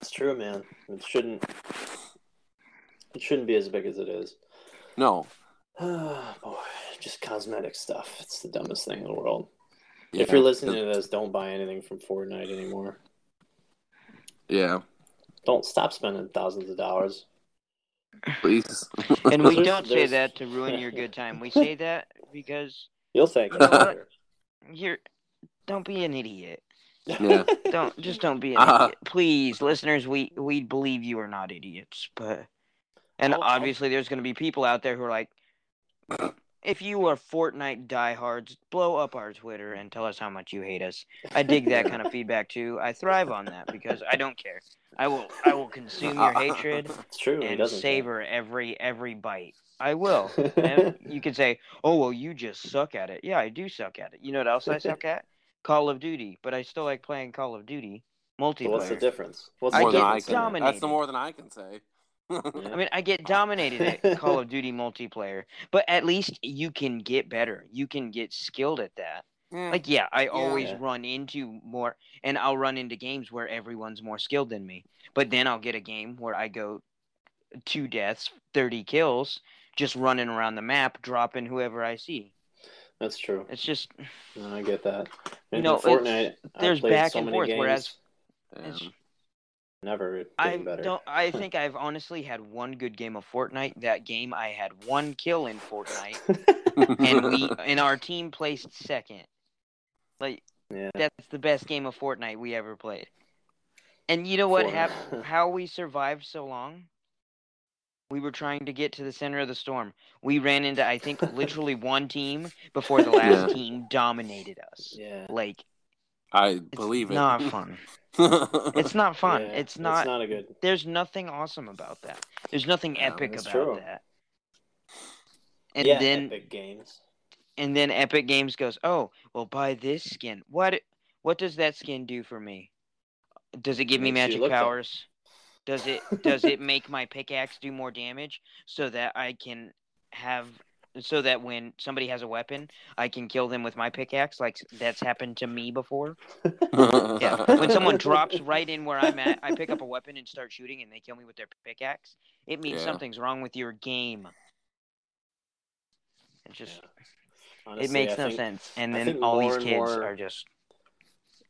S4: It's true, man. It shouldn't. It shouldn't be as big as it is.
S2: No,
S4: Ah, boy, just cosmetic stuff. It's the dumbest thing in the world. If
S2: Yeah.
S4: you're listening to this, don't buy anything from Fortnite anymore.
S2: yeah,
S4: Don't stop spending thousands of dollars.
S2: please.
S5: And we
S4: There's-
S5: don't say
S4: there's-
S5: that to ruin your good time. We say that because
S4: You'll thank
S5: You know
S4: us
S5: what?
S4: later.
S5: you're. Don't be an idiot.
S2: Yeah.
S5: don't just don't be an
S2: Uh-huh.
S5: idiot. please listeners we we believe you are not idiots but and
S4: I'll- I'll-
S5: obviously there's going to be people out there who are like if you are fortnite diehards blow up our twitter and tell us how much you hate us i dig that kind of feedback too i thrive on that because i don't care i will i will consume your hatred
S4: It's true. It
S5: and
S4: doesn't.
S5: savor every every bite i will and you could say, "Oh well, you just suck at it." Yeah, I do suck at it. You know what else I suck at? Call of Duty, but I still like playing Call of Duty
S4: So
S5: multiplayer.
S4: what's the difference? What's
S5: I
S4: the
S2: more than
S5: get
S2: I
S4: difference?
S2: can.
S5: dominated.
S2: That's the more than I can say.
S5: I mean, I get dominated at Call of Duty multiplayer, but at least you can get better. You can get skilled at that. Like, yeah, I always
S4: Yeah.
S5: run into more, and I'll run into games where everyone's more skilled than me. But then I'll get a game where I go two deaths, 30 kills, just running around the map, dropping whoever I see.
S4: That's true.
S5: It's just,
S4: No, I get that. And
S5: know,
S4: in Fortnite, I
S5: there's
S4: played
S5: back
S4: so
S5: and
S4: many
S5: forth,
S4: Games,
S5: whereas-
S2: Yeah.
S5: it's
S4: never
S5: I
S4: getting better.
S5: don't. I think I've honestly had one good game of Fortnite. That game, I had one kill in Fortnite, and we and our team placed second. Like
S4: Yeah.
S5: that's the best game of Fortnite we ever played. And you know what happened?
S4: Fortnite.
S5: How we survived so long? We were trying to get to the center of the storm. We ran into, I think, literally one team before the last
S2: Yeah.
S5: team dominated us.
S4: Yeah.
S5: Like,
S2: I
S5: it's
S2: believe it.
S5: not fun. It's not fun.
S4: Yeah,
S5: it's not.
S4: It's not a good.
S5: There's nothing awesome about that. There's nothing
S2: Yeah,
S5: epic
S4: that's
S5: about
S4: true.
S5: that. And
S4: yeah,
S5: then
S4: Epic Games.
S5: and then Epic Games goes, "Oh, well, buy this skin. What what does that skin do for me? Does it give me
S4: Makes you
S5: magic
S4: look better."
S5: powers? Does it does it make my pickaxe do more damage so that I can have so that when somebody has a weapon, I can kill them with my pickaxe like that's happened to me before?" Yeah. when someone drops right in where I'm at, I pick up a weapon and start shooting, and they kill me with their pickaxe. It means
S2: Yeah.
S5: something's wrong with your game. It just
S4: Yeah. Honestly,
S5: it makes
S4: I
S5: no
S4: think
S5: sense. And
S4: I
S5: then
S4: think
S5: all
S4: more
S5: these
S4: and
S5: kids
S4: more-
S5: are just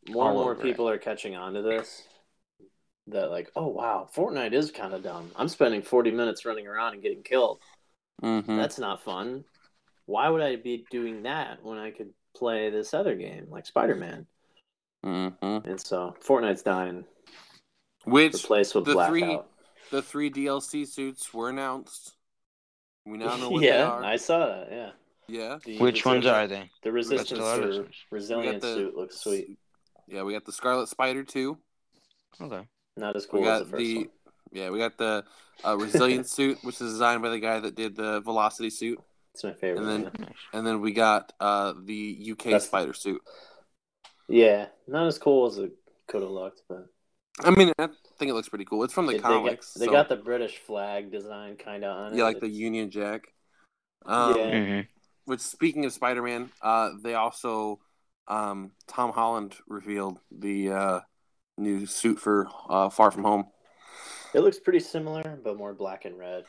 S4: More and
S5: all
S4: more
S5: over it.
S4: people are catching on to this. That like, oh wow, Fortnite is kind of dumb. I'm spending 40 minutes running around and getting killed.
S5: Mm.
S2: Mhm.
S4: That's not fun. Why would I be doing that when I could play this other game like Spider-Man?
S2: Mhm.
S4: And so Fortnite's dying.
S2: Which
S4: Replaced with
S2: the three-
S4: blackout.
S2: the three DLC suits were announced. We now know what they
S4: yeah,
S2: are.
S4: I saw that. Yeah.
S2: Yeah,
S4: The
S5: Which ones
S4: resistance-
S5: are they?
S4: The
S5: That's
S4: resistance
S5: still our
S4: suit,
S5: listeners.
S4: resilience
S2: the-
S4: suit looks sweet.
S2: yeah. We got the Scarlet Spider two.
S5: Okay.
S4: Not as
S2: We
S4: cool as the
S2: got
S4: first
S2: the
S4: one.
S2: yeah. We got the uh, resilient suit, which is designed by the guy that did the Velocity suit.
S4: It's my favorite.
S2: And then-
S4: yeah.
S2: And then we got uh, the UK
S4: That's-
S2: spider suit.
S4: yeah, not as cool as it could have looked, but
S2: I mean, I think it looks pretty cool. It's from the
S4: they, they got-
S2: comics.
S4: They, got,
S2: so-
S4: the British flag design kind of on it.
S2: yeah, like the
S4: It's-
S2: Union Jack. Um,
S4: Yeah.
S5: Mhm.
S2: Which, speaking of Spider Man, uh, they also um, Tom Holland revealed the uh, new suit for uh, Far From Home.
S4: It looks pretty similar, but more black and red.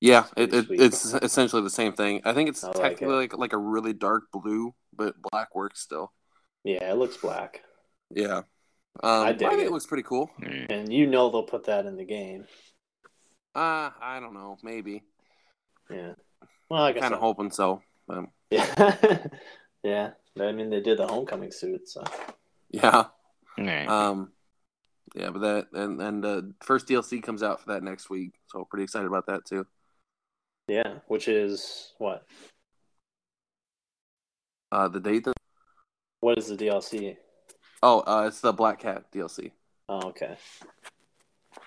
S2: Yeah, it,
S4: Pretty
S2: it,
S4: sweet.
S2: it's essentially the same thing. I think it's
S4: I like it.
S2: technically like, like a really dark blue, but black works still.
S4: Yeah, it looks black,
S2: Yeah, um, I,
S4: dig
S2: think it.
S4: it.
S2: looks pretty cool.
S5: Mm.
S4: and you know they'll put that in the game.
S2: Uh, I don't know, maybe.
S4: Yeah. Well, I guess
S2: Kind of
S4: I-
S2: hoping so. Um,
S4: Yeah. yeah. I mean, they did the homecoming suit, so
S2: yeah,
S5: Alright.
S2: um, yeah, but that and and uh, first DLC comes out for that next week, so pretty excited about that too.
S4: yeah, which is what?
S2: Uh, the date. That,
S4: What is the DLC?
S2: oh, uh, it's the Black Cat DLC.
S4: Oh, okay.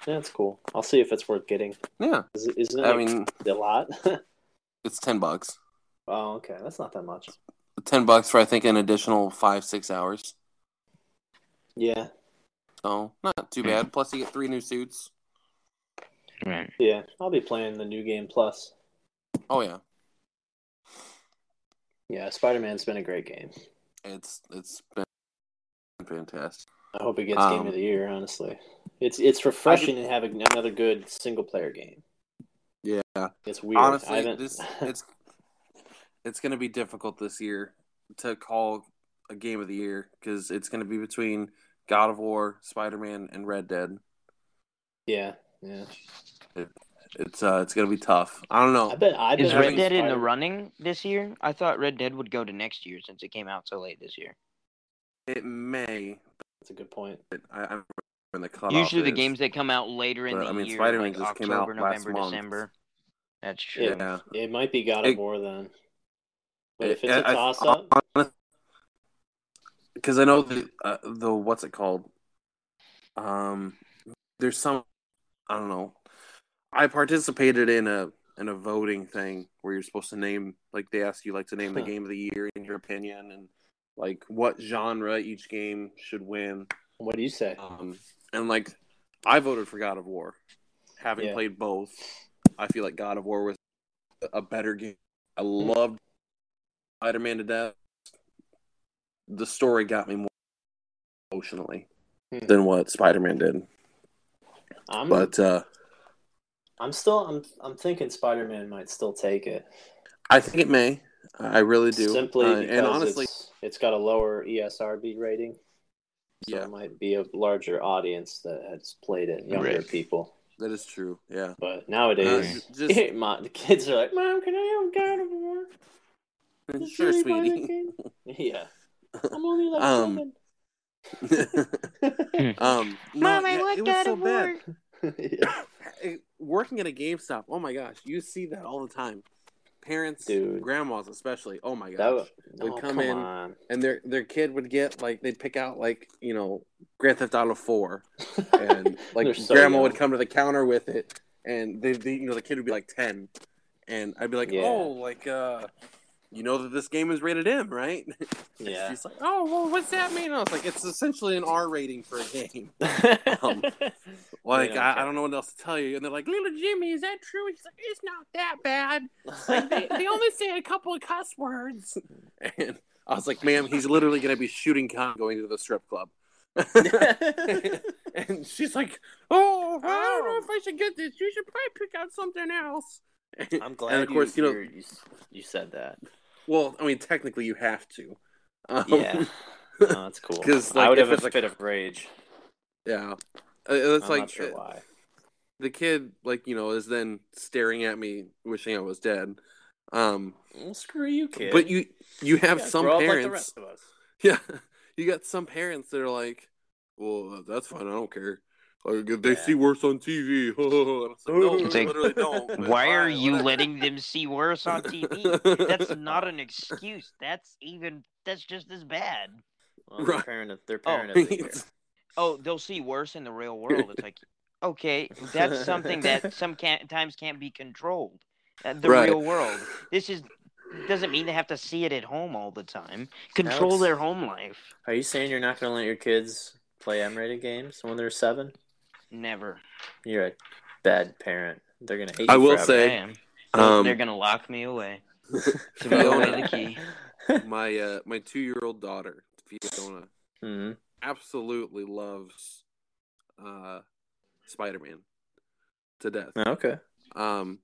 S4: That's cool. I'll see if it's worth getting.
S2: Yeah,
S4: Is it, isn't it
S2: I
S4: like,
S2: mean
S4: a lot?
S2: it's ten bucks.
S4: oh, okay. That's not that much.
S2: Ten bucks for I think an additional five six hours.
S4: Yeah.
S2: So not too
S4: Mm.
S2: bad. Plus you get three new suits.
S5: Alright.
S4: Yeah. I'll be playing the new game plus.
S2: Oh yeah,
S4: Yeah. Spider Man's been a great game.
S2: it's it's been fantastic.
S4: I hope it gets
S2: Um,
S4: game of the year, honestly. It's it's refreshing to have a- another good single player game.
S2: Yeah,
S4: It's weird. I
S2: honestly,
S4: haven't-
S2: this it's it's gonna be difficult this year to call a game of the year because it's gonna be between God of War, Spider Man, and Red Dead.
S4: yeah, yeah.
S2: It's uh it's gonna be tough. I don't know.
S4: I bet I bet
S5: Is
S2: I
S5: Red
S2: think
S5: Dead in the
S4: Spider-
S5: running this year? I thought Red Dead would go to next year since it came out so late this year.
S2: It may,
S4: That's a good point.
S2: but I, I don't remember when the cutoff
S5: Usually the
S2: is.
S5: games that come out later in
S2: But,
S5: the
S2: I mean,
S5: year,
S2: Spider-Man
S5: like
S2: just came out
S5: October,
S2: last
S5: November,
S2: month.
S5: December. That's true.
S4: Yeah.
S2: Yeah.
S4: It might be God of
S2: It-
S4: War then. But
S2: It-
S4: if it's
S2: I-
S4: a
S2: I-
S4: toss up,
S2: because I know the uh, the what's it called? Um, there's some I don't know. I participated in a in a voting thing where you're supposed to name like they ask you like to name the
S4: Huh.
S2: game of the year in your opinion and like what genre each game should win.
S4: what do you say?
S2: Um, and like I voted for God of War, having
S4: Yeah.
S2: played both. I feel like God of War was a better game. I loved Spider Man to death. The story got me more emotionally
S4: Hmm.
S2: than what Spider Man did.
S4: I'm
S2: But uh,
S4: I'm still I'm I'm thinking Spider Man might still take it.
S2: I think it may. I really do.
S4: Simply
S2: Uh,
S4: because
S2: and honestly,
S4: it's, it's got a lower E ESRB rating. So
S2: Yeah.
S4: it might be a larger audience that has played it, younger
S5: Right.
S4: people.
S2: that is true. Yeah.
S4: But nowadays
S2: Uh, just
S4: my, the kids are like, Mom, can I have God of War? Does
S2: sure,
S4: anybody like
S2: sweetie.
S4: it?" Yeah. I'm only like
S2: Um,
S4: seven.
S2: um, no, yeah, it was so bad.
S4: Yeah.
S2: Hey, eh, working at a GameStop, oh my gosh, you see that all the time. Parents,
S4: Dude.
S2: grandmas especially, oh my gosh,
S4: That would
S2: Would
S4: oh,
S2: come
S4: come
S2: in-
S4: on.
S2: and their their kid would get like they'd pick out like you know Grand Theft Auto Four, and
S4: They're
S2: like
S4: so
S2: grandma
S4: young.
S2: would come to the counter with it, and they, they you know the kid would be like ten, and I'd be like,
S4: Yeah.
S2: oh, like uh, you know that this game is rated M, right? And
S4: Yeah.
S2: she's like, oh, well, what's that mean? I was like, it's essentially an R rating for a game. Um, Like
S4: Yeah,
S2: I,
S4: okay.
S2: I don't know what else to tell you, and they're like, little Jimmy, is that true? He's like, it's not that bad. only say a couple of cuss words. And I was like, ma'am, he's literally going to be shooting con going to the strip club. and she's like, oh, I don't know if I should get this. You should probably pick out something else.
S4: I'm glad
S2: and of course, you know-
S4: you, you said that.
S2: Well, I mean, technically, you have to. Um,
S4: Yeah. No, that's cool.
S2: 'Cause,
S4: I
S2: like,
S4: would
S2: if
S4: have a
S2: it's like-
S4: fit of rage.
S2: yeah. Uh, It's
S4: I'm
S2: like
S4: not sure
S2: uh,
S4: why.
S2: the kid, like you know, is then staring at me, wishing I was dead. Um,
S4: Well, screw you, kid.
S2: but you you have
S4: Yeah,
S2: some
S4: grow up like the
S2: parents.
S4: rest of us.
S2: Yeah, you got some parents that are like, "Well, uh, that's fine. I don't care. Like if they
S4: Yeah.
S2: see worse on TV, and I was like, no,
S4: It's
S2: they
S5: like,
S2: literally don't. but
S5: Why are
S2: fine,
S5: you
S2: whatever."
S5: letting them see worse on TV? That's not an excuse. That's even that's just as bad.
S4: Well, they're
S2: Right.
S4: parent of, they're
S5: Oh.
S4: parent of the year.
S2: It's-
S5: Oh, they'll see worse in the real world. It's like, okay, that's something that some can't, times can't be controlled. Uh, the
S2: Right.
S5: real world. This is doesn't mean they have to see it at home all the time. Control
S4: Alex?
S5: their home life.
S4: Are you saying you're not going to let your kids play M-rated games when they're seven?
S5: Never.
S4: You're a bad parent. They're going to hate you
S2: I will
S4: forever.
S5: I
S2: say,
S5: am.
S2: um,
S5: They're gonna lock me away.
S2: Fiona.
S5: away the key.
S2: my uh, my two year old daughter Fiona
S4: Mhm.
S2: absolutely loves uh, Spider Man to death.
S4: Okay.
S2: Um,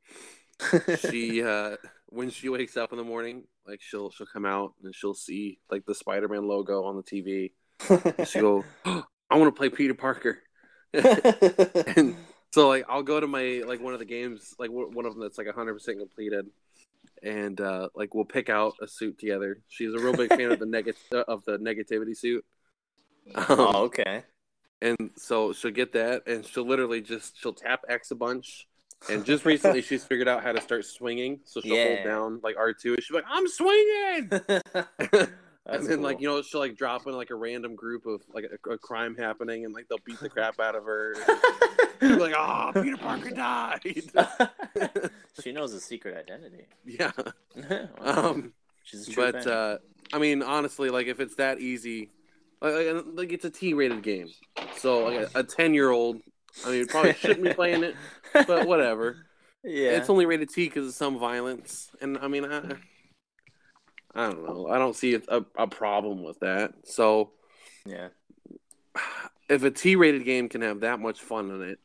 S2: she uh, when she wakes up in the morning, like she'll she'll come out and she'll see like the Spider Man logo on the TV. She'll go, "Oh, I want to play Peter Parker. and um, so like I'll go to my like one of the games like w- one of them that's like 100% completed and uh like we'll pick out a suit together. She's a real big fan of the neg- of the negativity suit. Um,
S4: oh, okay.
S2: and so she'll get that and she'll literally just she'll tap X a bunch. And just recently she's figured out how to start swinging. So she'll
S4: Yeah.
S2: hold down like R2 and she's like, I'm swinging and then like you know she'll like drop in like a random group of like a, a crime happening and like they'll beat the crap out of her You're like oh peter parker died
S4: she knows a secret identity.
S2: yeah
S4: Wow.
S2: um
S4: She's a true
S2: but
S4: fan.
S2: uh i mean honestly like if it's that easy like, like, and, like, it's a t-rated game so like a 10 year old i mean probably shouldn't be playing it but whatever
S4: yeah,
S2: it's only rated t because of some violence and i mean i i don't know i don't see a, a problem with that so
S4: yeah.
S2: if a T-rated game can have that much fun in it,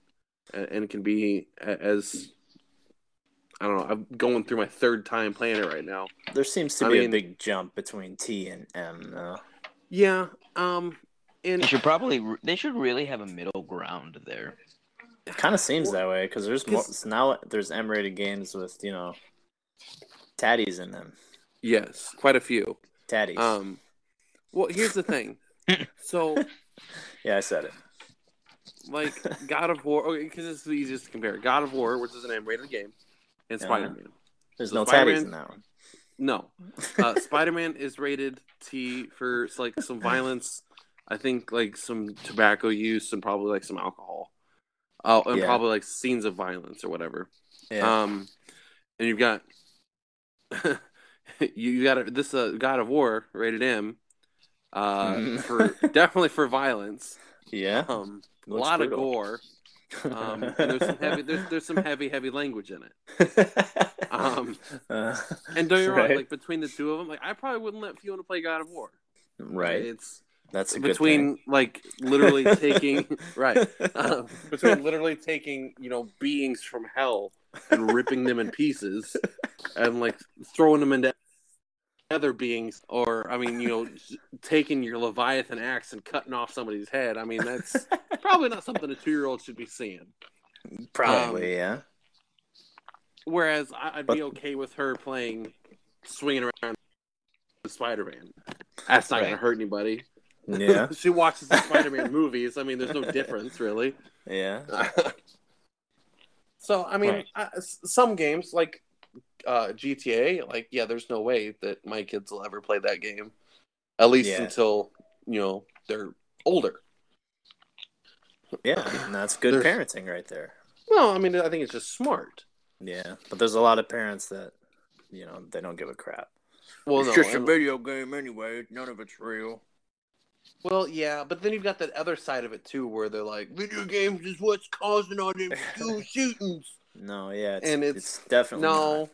S2: a- and can be a- as I don't know, I'm going through my third time playing it right now.
S4: There seems to
S2: I
S4: be
S2: mean-
S4: a big jump between T and M, though.
S2: Yeah, um, and
S5: They should probably. They should really have a middle ground there.
S4: It kind of seems that way because there's mo-
S2: 'Cause-
S4: now there's M-rated games with you know tatties in them.
S2: yes, quite a few.
S4: Tatties.
S2: Um, well, here's the thing. So,
S4: yeah, I said it.
S2: like God of War, because it's the easiest to compare. God of War, which is an M-rated game, and
S4: Yeah.
S2: Spider-Man.
S4: There's
S2: so
S4: no tatties
S2: Spider-Man-
S4: in that one.
S2: No, uh, Spider-Man is rated T for like some violence. I think like some tobacco use and probably like some alcohol. Oh, and
S4: Yeah.
S2: probably like scenes of violence or whatever.
S4: Yeah.
S2: Um, and you've got you, you got this uh, God of War rated M uh,
S4: Mhm.
S2: for definitely for violence.
S4: yeah.
S2: Um, a
S4: Looks
S2: lot
S4: brutal.
S2: of gore. Um, and there's some heavy there's, there's some heavy heavy language in it. Um,
S4: Uh,
S2: And don't you wrong,
S4: right?
S2: like between the two of them, like I probably wouldn't let Fiona play God of War.
S4: right.
S2: It's
S4: That's a
S2: between like literally taking right
S4: good
S2: um, between literally taking you know beings from hell and ripping them in pieces and like throwing them into other beings or i mean you know s- taking your leviathan axe and cutting off somebody's head i mean that's probably not something a two-year-old should be seeing
S4: thing. Probably,
S2: um,
S4: yeah.
S2: whereas I, i'd
S4: But-
S2: be okay with her playing swinging around the spider-man that's not gonna
S5: Right.
S2: hurt anybody
S4: Yeah.
S2: she watches the Spider-Man movies. I mean, there's no difference really.
S4: Yeah.
S2: so I mean,
S5: Right.
S2: uh, s- some games like uh, GTA, like yeah, there's no way that my kids will ever play that game, at least
S4: Yeah.
S2: until you know they're older.
S4: Yeah. And that's good
S2: There's-
S4: parenting right there.
S2: No, I mean, I think it's just smart.
S4: Yeah. But there's a lot of parents that, you know, they don't give a crap.
S2: Well, no, and-
S6: video game anyway. None of it's real.
S2: well, yeah, but then you've got that other side of it too, where they're like, video games is what's causing all them school shootings.
S4: No, yeah. It's,
S2: And
S4: it's,
S2: it's-
S4: definitely.
S2: No,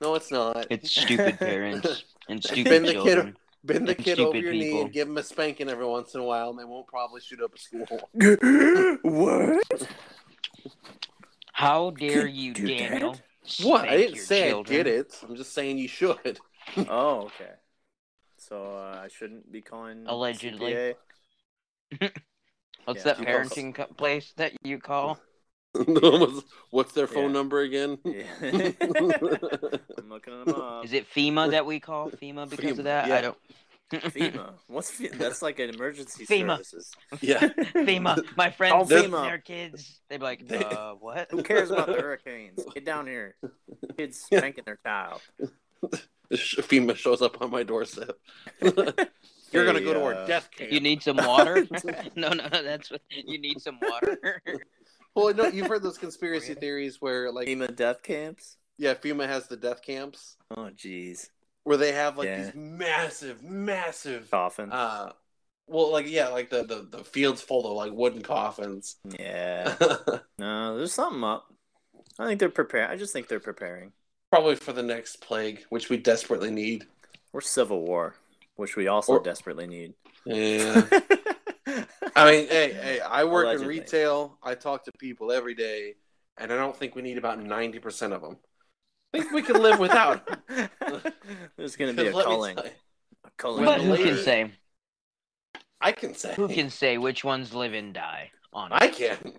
S2: no, it's not.
S5: It's stupid parents and
S2: Been
S5: stupid
S2: the kid-
S5: children.
S2: Bend the
S5: And
S2: kid over
S5: stupid
S2: your knee
S5: people.
S2: and give them a spanking every once in a while, and they won't probably shoot up a school.
S4: not. what?
S5: How dare you,
S4: do that?
S5: Daniel?
S2: What? I
S5: spank
S2: didn't
S5: your
S2: say
S5: children?
S2: I did it. I'm just saying you should.
S4: Oh, okay. So uh, I shouldn't be calling
S5: Allegedly.
S4: CPA?
S5: What's
S4: Yeah.
S5: that parenting co- place that you call?
S2: What's- What's their phone
S4: Yeah.
S2: number again?
S4: Yeah. I'm looking them up.
S5: Is it FEMA that we call FEMA
S2: Uh, FEMA,
S5: because of that?
S2: yeah.
S5: I don't.
S4: FEMA? What's FEMA? That's like an emergency
S5: FEMA.
S4: services.
S2: yeah.
S5: FEMA. My friends,
S4: They're-
S5: and their kids. They'd be like,
S2: They-
S5: uh, what?
S4: Who cares about the hurricanes? Get down here. Kids spanking their child.
S2: FEMA shows up on my doorstep. You're going to
S4: Hey,
S2: go to our
S4: uh,
S2: death camp.
S5: You need some water? no, no, that's what you need some water.
S2: well, no, you've heard those conspiracy
S5: Really?
S2: theories where, like,
S4: FEMA death camps?
S2: yeah, FEMA has the death camps.
S4: Oh, jeez.
S2: where they have like
S4: Yeah.
S2: these massive, massive.
S4: Coffin.
S2: Uh, well, like yeah, like the, the the fields full of like wooden coffins.
S4: yeah. No, there's something up. I think they're preparing. I just think they're preparing.
S2: Probably for the next plague, which we desperately need.
S4: Or civil war, which we also
S2: Or-
S4: desperately need.
S2: Yeah. I mean, hey, hey, I work
S4: Allegedly.
S2: in retail. I talk to people every day, and I don't think we need about ninety percent of them. I think we can live without. 'em.
S4: There's going to be a
S2: 'Cause let me
S4: culling.
S2: tell you,
S4: A culling.
S5: But
S2: the
S5: who
S2: lady-
S5: can say?
S2: I can say.
S5: Who can say which ones live and die? On
S2: I can.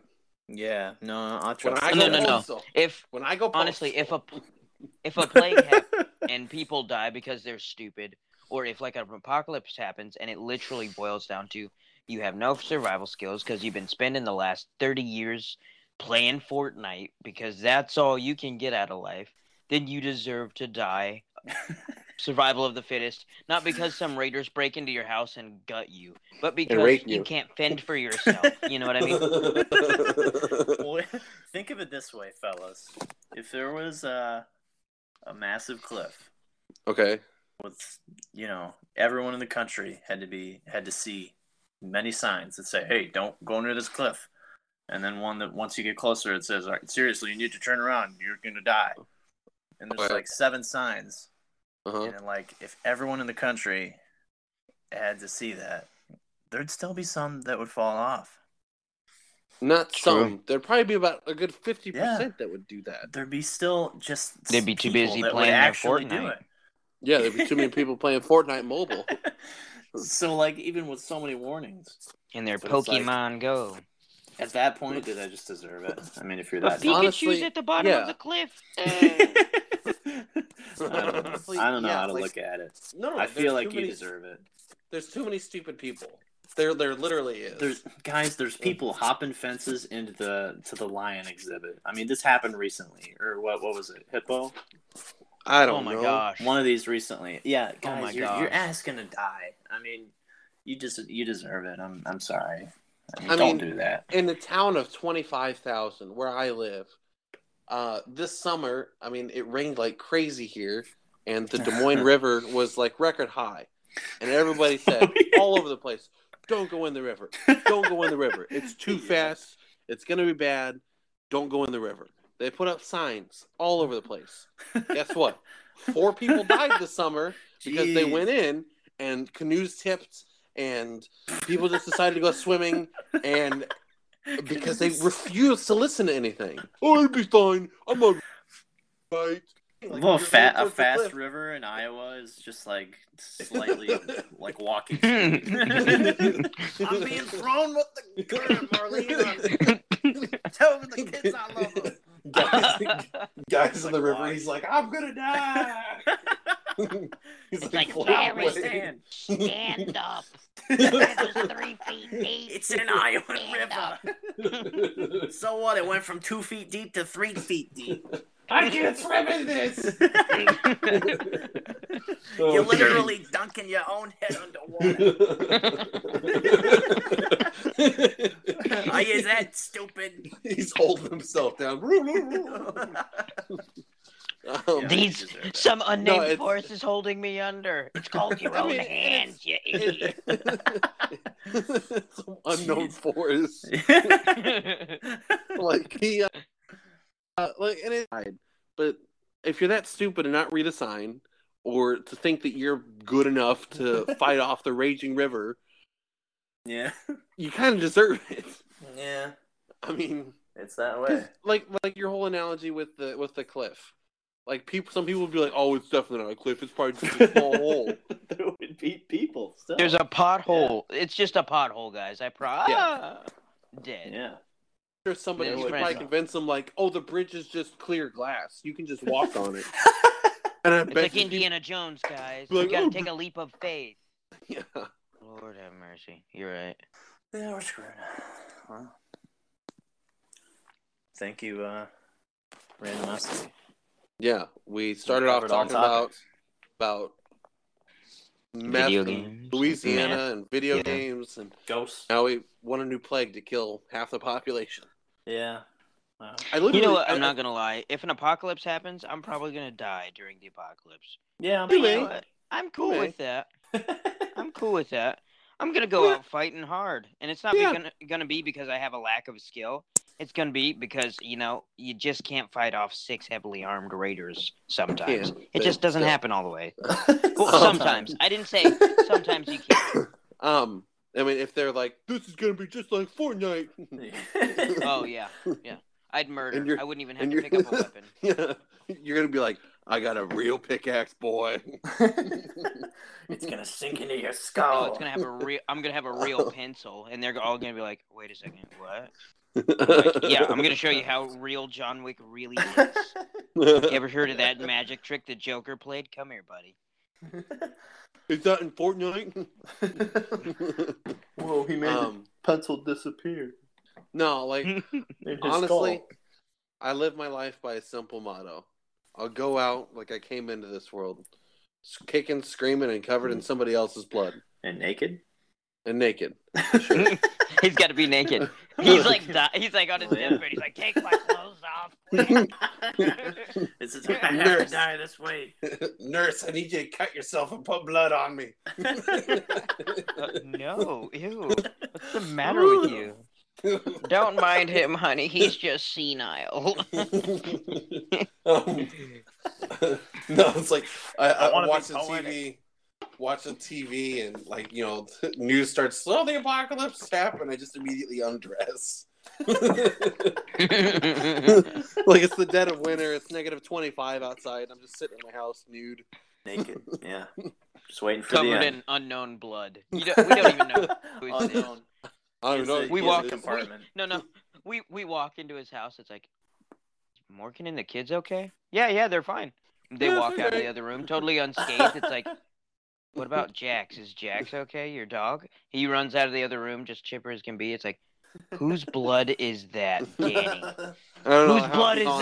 S4: Yeah, no, I
S2: When
S4: trust
S2: I
S5: No,
S2: go
S5: no, no.
S2: postal.
S5: if
S2: When I go
S5: honestly, if a
S2: postal.
S5: if a plague happens and people die because they're stupid, or if like an apocalypse happens and it literally boils down to you have no survival skills because you've been spending the last thirty years playing Fortnite because that's all you can get out of life, then you deserve to die. Survival of the fittest, not because some raiders break into your house and gut you, but because
S2: rape
S5: you
S2: you.
S5: can't fend for yourself. You know what I mean?
S4: Well, Think of it this way, fellas. If there was a, a massive cliff
S7: Okay.
S4: with, you know, everyone in the country had to be had to see many signs that say, "Hey, don't go near this cliff." And then one that once you get closer, it says, "All right, seriously, you need to turn around. You're gonna die." And there's
S7: Okay.
S4: like seven signs,
S7: Uh-huh.
S4: and then, like if everyone in the country had to see that, there'd still be some that would fall off.
S7: Not
S5: True.
S7: some. There'd probably be about a good fifty percent that would do that.
S4: There'd be still just
S5: They'd be too
S4: people
S5: busy
S4: that would
S5: playing their
S4: actually do
S5: Fortnite.
S4: it.
S7: Yeah, there'd be too many people playing Fortnite mobile.
S4: so like even with so many warnings
S5: And their
S4: So it's like-
S5: Pokemon Go.
S4: at that point did i just deserve it i mean if you're that
S5: But Pikachu's
S4: dumb.
S7: honestly,
S5: at the bottom
S7: yeah.
S5: of the cliff. Eh.
S4: I don't know, I don't know
S2: Yeah,
S4: how to
S2: like-
S4: look at it
S2: no, no,
S4: i
S2: there's
S4: feel like
S2: too
S4: you
S2: many-
S4: deserve it
S2: There's too many stupid people. There, there literally is.
S4: there's guys there's people hopping fences into the to the lion exhibit i mean this happened recently or what what was it hippo
S7: I
S5: oh
S7: don't
S5: my
S7: know.
S5: gosh.
S4: one of these recently yeah
S2: Oh
S4: guys
S5: my
S4: you're,
S5: gosh.
S4: your ass gonna die i mean you just you deserve it i'm i'm sorry I mean,
S7: I
S4: don't
S7: mean-
S4: do that
S7: In the town of twenty five thousand where I live,
S2: uh, this summer, I mean, it rained like crazy here, and the Des Moines River was like record high, and everybody said all over the place, "Don't go in the river! Don't go in the river! It's too
S4: Yeah.
S2: fast! It's gonna be bad! Don't go in the river!" They put up signs all over the place. Guess what? Four people died this summer because they
S4: Jeez.
S2: went in and canoes tipped, and people just decided to go swimming, and because they refuse to listen to anything. Oh, it'll be fine. I'm all right. Like,
S4: well,
S2: you're
S4: a, fa-
S2: going
S4: a
S2: towards the
S4: fast
S2: cliff.
S4: river in Iowa is just like slightly like walking. I'm being thrown with the current, Marlene. I'm telling the kids I love them.
S2: Guys, guys in the river,
S4: Why?
S2: he's like, I'm gonna die. he's
S1: It's like,
S2: float
S1: Larry
S2: away.
S1: Sand. Stand up. three feet deep.
S4: It's an Iowa
S1: Stand up.
S4: river. so what? It went from two feet deep to three feet deep.
S2: I can't swim in this. Oh,
S4: You're literally dunking your own head underwater. Why is that stupid?
S2: he's holding himself down. Um,
S5: These some
S2: No,
S5: unnamed
S2: it's-
S5: force is holding me under. It's called your
S2: I
S5: own
S2: mean, it's-
S5: hands, you idiot.
S2: Some unknown force. like he, uh, uh, like and it. But if you're that stupid to not read a sign, or to think that you're good enough to fight off the raging river,
S4: yeah.
S2: you kind of deserve it.
S4: Yeah.
S2: I mean,
S4: It's that
S2: 'cause, like like your whole analogy with the with the cliff. Like people, some people would be like, "Oh, it's definitely not a cliff. It's probably just a small hole."
S4: there would be people still.
S5: There's a pothole. It's just a pothole, guys. I pro ah,
S2: Yeah.
S5: dead.
S4: yeah.
S2: Sure, somebody
S5: Yeah,
S2: you
S5: it's
S2: could
S5: right.
S2: probably convince them, like, "Oh, the bridge is just clear glass. You can just walk on it." And I
S5: It's
S2: bet
S5: like
S2: you
S5: Indiana Jones, guys.
S2: Like,
S5: you gotta
S2: oh,
S5: take a leap of faith.
S2: people- Yeah.
S5: Lord have mercy. You're right.
S4: Yeah, we're screwed. Well, thank you, uh, randomosity.
S2: Yeah, we started off
S4: covered all
S2: talking about
S4: topics.
S2: about meth
S5: Video
S2: in
S5: games,
S2: Louisiana
S5: meth,
S2: and video
S5: yeah.
S2: games, and
S4: ghosts.
S2: now we want a new plague to kill half the population.
S4: Yeah, Uh,
S2: I
S5: You
S2: literally,
S5: know what?
S2: I-
S5: I'm not gonna lie. If an apocalypse happens, I'm probably gonna die during the apocalypse.
S4: yeah,
S5: But
S4: I'm-
S5: you know what? I'm cool
S4: may.
S5: with that. I'm cool with that. I'm gonna go out fighting hard, and it's not be
S7: Yeah.
S5: gonna gonna be because I have a lack of skill. It's gonna be because you know you just can't fight off six heavily armed raiders. Sometimes it
S2: but
S5: just doesn't
S2: still.
S5: happen all the way. Well, sometimes I didn't say sometimes you can't.
S7: Um, I mean, if they're like, this is gonna be just like Fortnite.
S5: Oh yeah, yeah. I'd murder.
S7: And you're-
S5: I wouldn't even have
S7: and
S5: to
S7: you're-
S5: pick up a weapon.
S7: yeah, you're gonna be like, I got a real pickaxe, boy.
S4: it's gonna sink into your
S5: Oh,
S4: skull.
S5: it's gonna have a real. I'm gonna have a real pencil, and they're all gonna be like, "Wait a second, what?" Yeah, I'm gonna show you how real John Wick really is. You ever heard of that magic trick the Joker played? Come here, buddy.
S7: Is that in Fortnite?
S4: Whoa, he made
S7: um,
S4: the pencil disappear.
S7: no, like
S4: in his
S7: honestly,
S4: skull.
S7: I live my life by a simple motto. I'll go out like I came into this world, s- kicking, screaming, and covered in somebody else's blood
S4: and naked.
S7: and naked.
S5: He's got to be naked. He's like di- he's like on his
S4: Oh, yeah.
S5: deathbed. He's like,
S1: Take my clothes off.
S4: This is I have to
S7: Nurse.
S4: die this way.
S2: nurse, I need you to cut yourself and put blood on me.
S5: "Uh, no, ew. What's the matter with you? Don't mind him, honey. He's just senile.
S2: Um, no, it's like I, I,
S4: I wanna be
S2: watch the
S4: poetic.
S2: TV, watch the TV, and like you know, news starts. Oh, the apocalypse happened! I just immediately undress.
S7: like it's the dead of winter. It's negative twenty five outside. I'm just sitting in my house nude.
S4: Naked. Yeah. Just waiting for
S5: Covered
S4: the
S5: in unknown blood. You don't, we don't even know.
S4: end.
S2: Oh,
S5: who's this.
S4: Unknown.
S7: I don't
S4: Is
S7: know.
S4: it-
S5: We
S4: is
S5: walk-
S4: it compartment.
S5: No, no. We we walk into his house. It's like, "Is Morgan and the kids okay? Yeah, yeah, they're fine. They
S7: Yeah,
S5: walk
S7: they're
S5: out of the
S7: great.
S5: other room totally unscathed. It's like, what about Jax? Is Jax okay? Your dog? He runs out of the other room just chipper as can be. It's like, whose blood is that, Danny?
S7: I don't know
S1: Whose
S7: how
S1: blood
S7: it's
S1: is
S7: on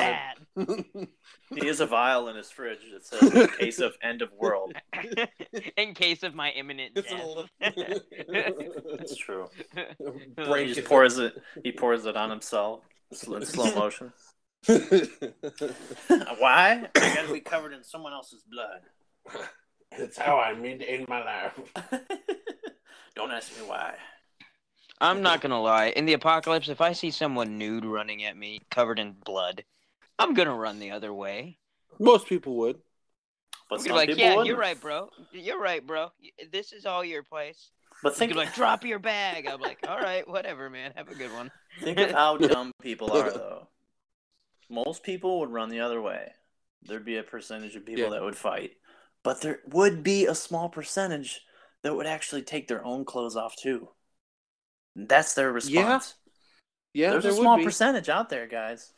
S7: it.
S1: that?
S4: He has a vial in his fridge that says "In case of end of world."
S5: In case of my imminent
S2: It's
S5: death.
S4: That's true.
S2: a
S4: He
S2: break.
S4: just pours it. He pours it on himself sl- in slow motion. Why? I gotta be covered in someone else's blood.
S2: It's how I mean to end my life.
S4: Don't ask me why.
S5: I'm not gonna lie. In the apocalypse, if I see someone nude running at me, covered in blood, I'm gonna run the other way.
S7: Most people would.
S4: But
S5: I'm
S4: some
S5: gonna be like,
S4: people
S5: yeah,
S4: wouldn't.
S5: you're right, bro. You're right, bro. This is all your place.
S4: But
S5: He's
S4: think,
S5: gonna be like, drop your bag. I'm like, all right, whatever, man. Have a good one.
S4: think of how dumb people are, though. Most people would run the other way. There'd be a percentage of people
S7: Yeah.
S4: that would fight, but there would be a small percentage that would actually take their own clothes off too. That's their response.
S7: Yeah,
S4: There's
S7: there
S4: a
S7: would
S4: small
S7: be.
S4: percentage out there, guys.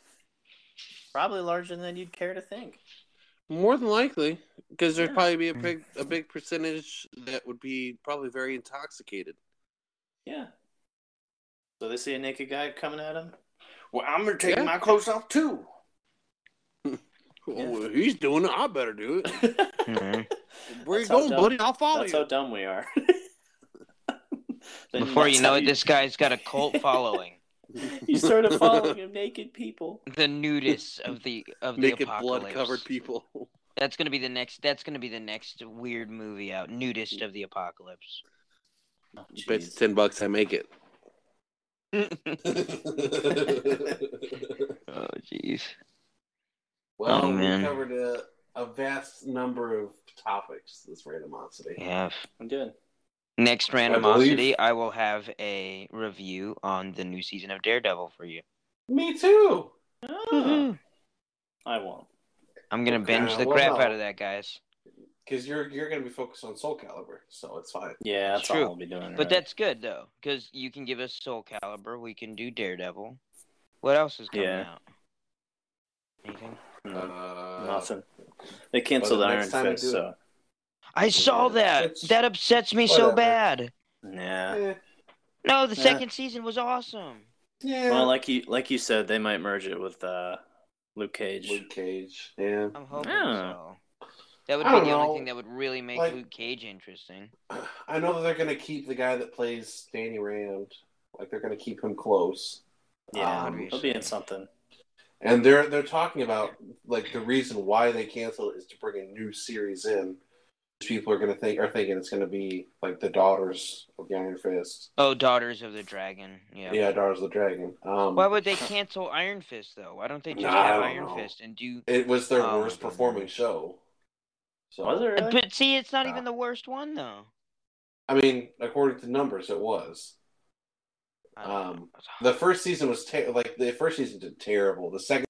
S4: Probably larger than you'd care to think.
S7: More than likely, because there'd
S4: Yeah.
S7: probably be a
S2: Mm.
S7: big a big percentage that would be probably very intoxicated.
S4: Yeah. So they see a naked guy coming at them.
S6: Well, I'm gonna take
S7: Yeah.
S6: my clothes off too.
S7: Oh, he's doing it. I better do it.
S2: Mm-hmm.
S7: Where
S4: That's
S7: you
S4: how
S7: going,
S4: dumb-
S7: buddy? I'll follow
S4: That's
S7: you.
S4: how dumb we are. Then
S5: Before you
S4: that's
S5: know
S4: how
S5: it, this guy's got a cult following.
S4: you started following him naked people.
S5: The nudists of the of the
S7: Naked
S5: apocalypse.
S7: blood covered people.
S5: That's gonna be the next. That's gonna be the next weird movie out. Nudist of the apocalypse.
S4: Oh,
S7: Bet you ten bucks I make it.
S5: Oh jeez.
S2: well,
S5: Oh, man.
S2: we covered a, a vast number of topics this randomosity.
S5: Yeah.
S4: I'm doing.
S5: Next
S2: believe-
S5: randomosity, I, will have a review on the new season of Daredevil for you.
S2: Me too.
S5: Mm-hmm.
S4: I won't.
S5: I'm gonna binge
S2: Uh,
S5: the
S2: what
S5: crap
S2: about-
S5: out of that, guys.
S2: Because you're you're going to be focused on Soul Calibur, so it's fine.
S4: Yeah, that's
S5: True.
S4: all I'll be doing.
S5: But
S4: right?
S5: that's good though, because you can give us Soul Calibur. We can do Daredevil. What else is coming
S4: Yeah.
S5: out? Anything?
S4: Mm,
S2: Uh,
S4: nothing. They canceled
S2: well, the
S4: Iron
S2: next time I
S4: Fist,
S2: do
S4: so
S2: it-
S5: I saw that.
S2: it's-
S5: that upsets me so
S2: whatever.
S5: bad.
S4: yeah.
S2: eh,
S5: No, the
S4: Yeah.
S5: second season was awesome.
S2: yeah.
S4: Well, like you like you said, they might merge it with uh, Luke Cage.
S2: Luke Cage. Yeah.
S5: I'm hoping
S4: Yeah.
S5: so. That would
S2: I
S5: be the
S2: don't know.
S5: only thing that would really make
S2: Like-
S5: Luke Cage interesting.
S2: I know that they're going to keep the guy that plays Danny Rand. Like they're going to keep him close.
S4: Yeah,
S5: Um,
S4: he'll be in something.
S2: and they're they're talking about like the reason why they cancel is to bring a new series in. which People are gonna think are thinking it's gonna be like the daughters of the Iron Fist.
S5: Oh, Daughters of the Dragon. Yeah.
S2: Yeah, Daughters of the Dragon. Um,
S5: Why would they cancel Iron Fist though? Why don't they just
S2: I
S5: have
S2: don't
S5: Iron
S2: know.
S5: Fist and do?
S2: it was their
S5: Oh,
S2: worst
S5: my goodness.
S2: performing show. So
S4: Was it really?
S5: But see, it's not
S2: Yeah.
S5: even the worst one though.
S2: I mean, according to numbers, it was.
S5: I don't know.
S2: Um, The first season was ter- like the first season did terrible. The second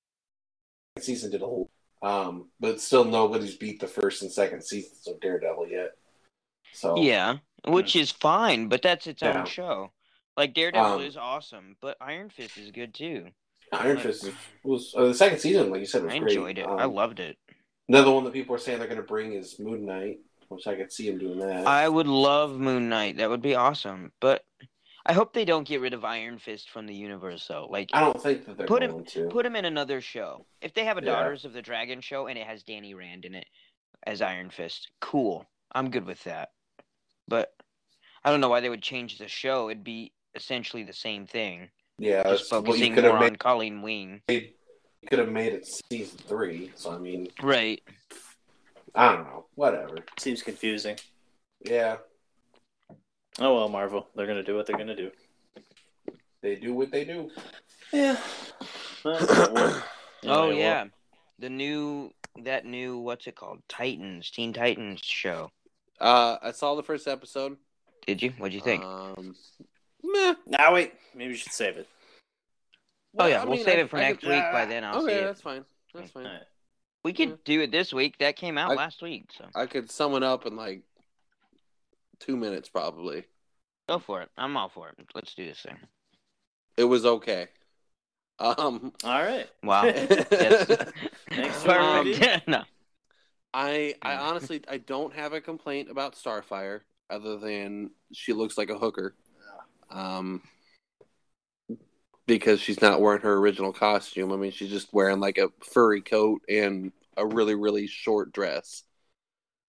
S2: season did a whole, um, but still nobody's beat the first and second seasons of Daredevil yet. So
S5: yeah, which is fine, but that's its
S2: Yeah.
S5: own show. Like Daredevil
S2: Um,
S5: is awesome, but Iron Fist is good too.
S2: Iron Fist is- was uh, the second season, like you said, was
S5: I
S2: great.
S5: enjoyed it. I
S2: Um,
S5: loved it.
S2: another one that people are saying they're going to bring is Moon Knight, which I could see him doing that.
S5: I would love Moon Knight. That would be awesome. But I hope they don't get rid of Iron Fist from the universe though. Like
S2: I don't think that they're
S5: Put him-
S2: going to.
S5: put him in another show. If they have a
S2: Yeah.
S5: Daughters of the Dragon show and it has Danny Rand in it as Iron Fist, cool. I'm good with that. But I don't know why they would change the show. It'd be essentially the same thing,
S2: yeah,
S5: just
S2: that's what you
S5: focusing
S2: could
S5: more
S2: have
S5: on
S2: made.
S5: Colleen Wing.
S2: You could have made it season three. So I mean,
S5: Right.
S2: I don't know. Whatever.
S4: Seems confusing.
S2: Yeah,
S4: Oh well, Marvel. They're gonna do what they're gonna do.
S2: they do what they do.
S4: Yeah.
S5: oh yeah, the new that new what's it called? Titans, Teen Titans show.
S7: Uh, I saw the first episode.
S5: Did you? What'd you think? Oh,
S7: Um, meh.
S4: Now wait, maybe we should save it.
S5: oh
S7: Well,
S5: yeah,
S7: I
S5: we'll
S7: mean,
S5: save
S7: I-
S5: it for
S7: I
S5: next
S7: could- uh,
S5: week. By then I'll see
S7: okay,
S5: it.
S7: that's fine. That's fine.
S4: Alright.
S5: We could do it this week. That came out
S7: I-
S5: last week, so
S7: I could sum it up in like two minutes, probably.
S5: go for it. I'm all for it. Let's do this thing.
S7: It was okay. Um,
S4: All right.
S5: Wow. Yes.
S4: Thanks,
S5: Perfect. no.
S7: I I honestly I don't have a complaint about Starfire other than she looks like a hooker. Um because she's not wearing her original costume. I mean, she's just wearing like a furry coat and a really really short dress.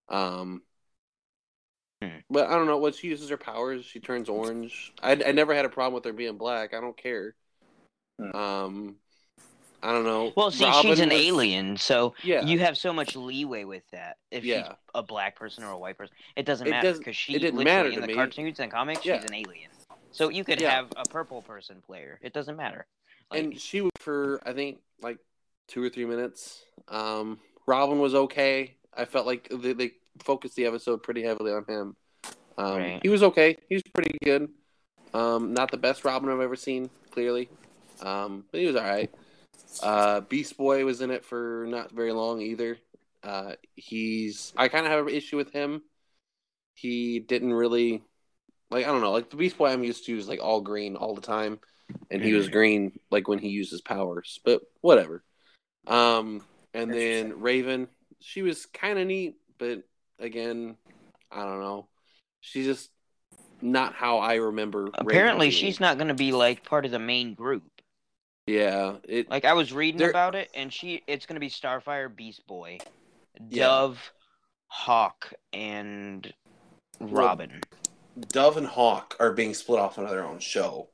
S7: Um
S5: Hmm.
S7: but I don't know when she uses her powers, she turns orange. I I never had a problem with her being black. I don't care.
S4: Hmm.
S7: Um I don't know.
S5: Well, see,
S7: Robin
S5: she's an
S7: was-
S5: alien, so
S7: Yeah.
S5: you have so much leeway with that. If she's
S7: Yeah.
S5: a black person or a white person, it doesn't
S7: It
S5: matter
S7: doesn't-
S5: because she
S7: it didn't
S5: literally
S7: matter
S5: in
S7: to
S5: the
S7: me.
S5: cartoons and comics,
S7: Yeah.
S5: she's an alien. So you could
S7: Yeah.
S5: have a purple person player. It doesn't matter. Like,
S7: and she was for I think like two or three minutes. Um, Robin was okay. I felt like they, they focused the episode pretty heavily on him. Um,
S5: Right.
S7: He was okay. He was pretty good. Um, not the best Robin I've ever seen, clearly, um, but he was all right. Uh, Beast Boy was in it for not very long either. Uh, he's I kind of have an issue with him. He didn't really like I don't know like the Beast Boy I'm used to is like all green all the time, and he was green like when he used his powers, but whatever. Um, and then Raven, she was kind of neat, but again, I don't know. She's just not how I remember. Raven
S5: apparently,
S7: being.
S5: she's not going to be like part of the main group.
S7: Yeah, it
S5: Like I was reading
S7: There-
S5: about it, and she it's gonna be Starfire, Beast Boy,
S7: Yeah.
S5: Dove, Hawk, and Robin.
S2: Dove and Hawk are being split off on their own show.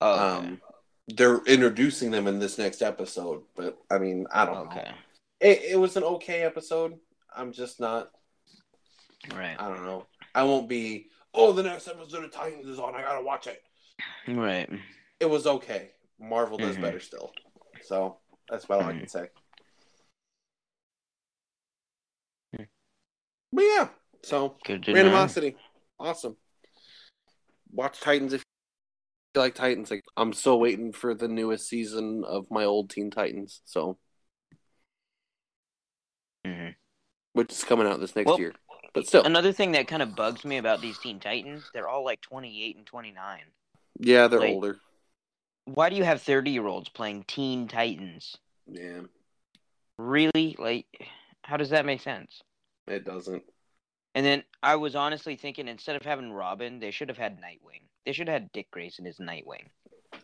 S5: Oh, okay.
S2: Um, they're introducing them in this next episode, but I mean, I don't know.
S5: okay,
S2: It, it was an okay episode. I'm just not.
S5: right,
S2: I don't know. I won't be. Oh, the next episode of Titans is on. I gotta watch it.
S5: right.
S2: It was okay. Marvel does
S5: Mhm.
S2: better still. So that's about all
S5: Mm-hmm.
S2: I can say.
S5: Mhm.
S2: But yeah, so
S5: Good to know.
S7: randomosity, awesome. Watch Titans if you like Titans. Like I'm still waiting for the newest season of my old Teen Titans, so
S5: Mhm.
S7: which is coming out this next
S5: Well,
S7: year. But still,
S5: Another thing that kind of bugs me about these Teen Titans, they're all like 28 and 29.
S7: yeah, they're
S5: like-
S7: older.
S5: Why do you have 30 year olds playing Teen Titans?
S7: Yeah,
S5: Really? Like, how does that make sense?
S7: it doesn't.
S5: And then I was honestly thinking instead of having Robin, they should have had Nightwing. They should have had Dick Grayson as Nightwing.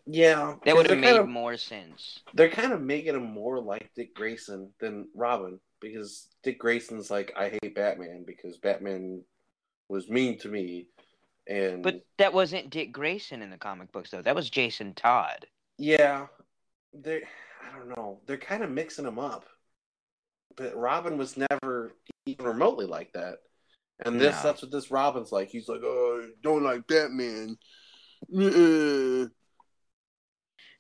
S2: yeah,
S5: That would
S2: they're
S5: have
S2: kind
S5: made
S2: of-
S5: more sense.
S2: they're kind of making him more like Dick Grayson than Robin because Dick Grayson's like, I hate Batman because Batman was mean to me, and
S5: But that wasn't Dick Grayson in the comic books, though. That was Jason Todd.
S2: yeah, they.
S7: I don't know. They're kind of mixing them up. But Robin was never even remotely like that. And this
S5: No.
S7: that's what this Robin's like. He's like, "Oh, I don't like Batman." Uh-uh.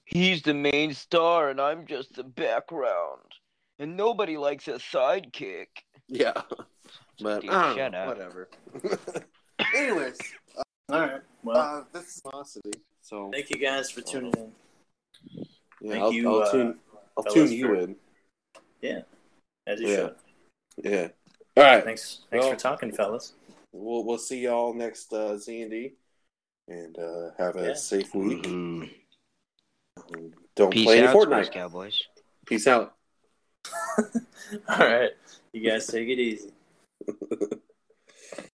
S5: He's the main star, and I'm just the background. And nobody likes a sidekick.
S7: Yeah. But
S5: Dude,
S7: I don't
S5: shut
S7: know,
S5: up.
S7: whatever. Anyways,
S4: All right. Well,
S7: uh, this is Velocity. So
S4: thank you guys for tuning in.
S7: yeah,
S4: thank
S7: I'll,
S4: you,
S7: I'll
S4: uh,
S7: tune, I'll
S4: fellas,
S7: tune you
S4: for-
S7: in.
S4: As you
S7: Yeah.
S4: should.
S7: Yeah. All right.
S4: Thanks. Thanks
S7: Well-
S4: for talking, fellas.
S7: We'll we'll see y'all next uh, Z and D, and uh, have a
S4: Yeah.
S7: safe week.
S6: Mm-hmm.
S7: Don't play
S5: Peace
S7: any
S5: out, Space
S7: Fortnite.
S5: Cowboys.
S7: Peace out.
S4: All right. You guys take it easy.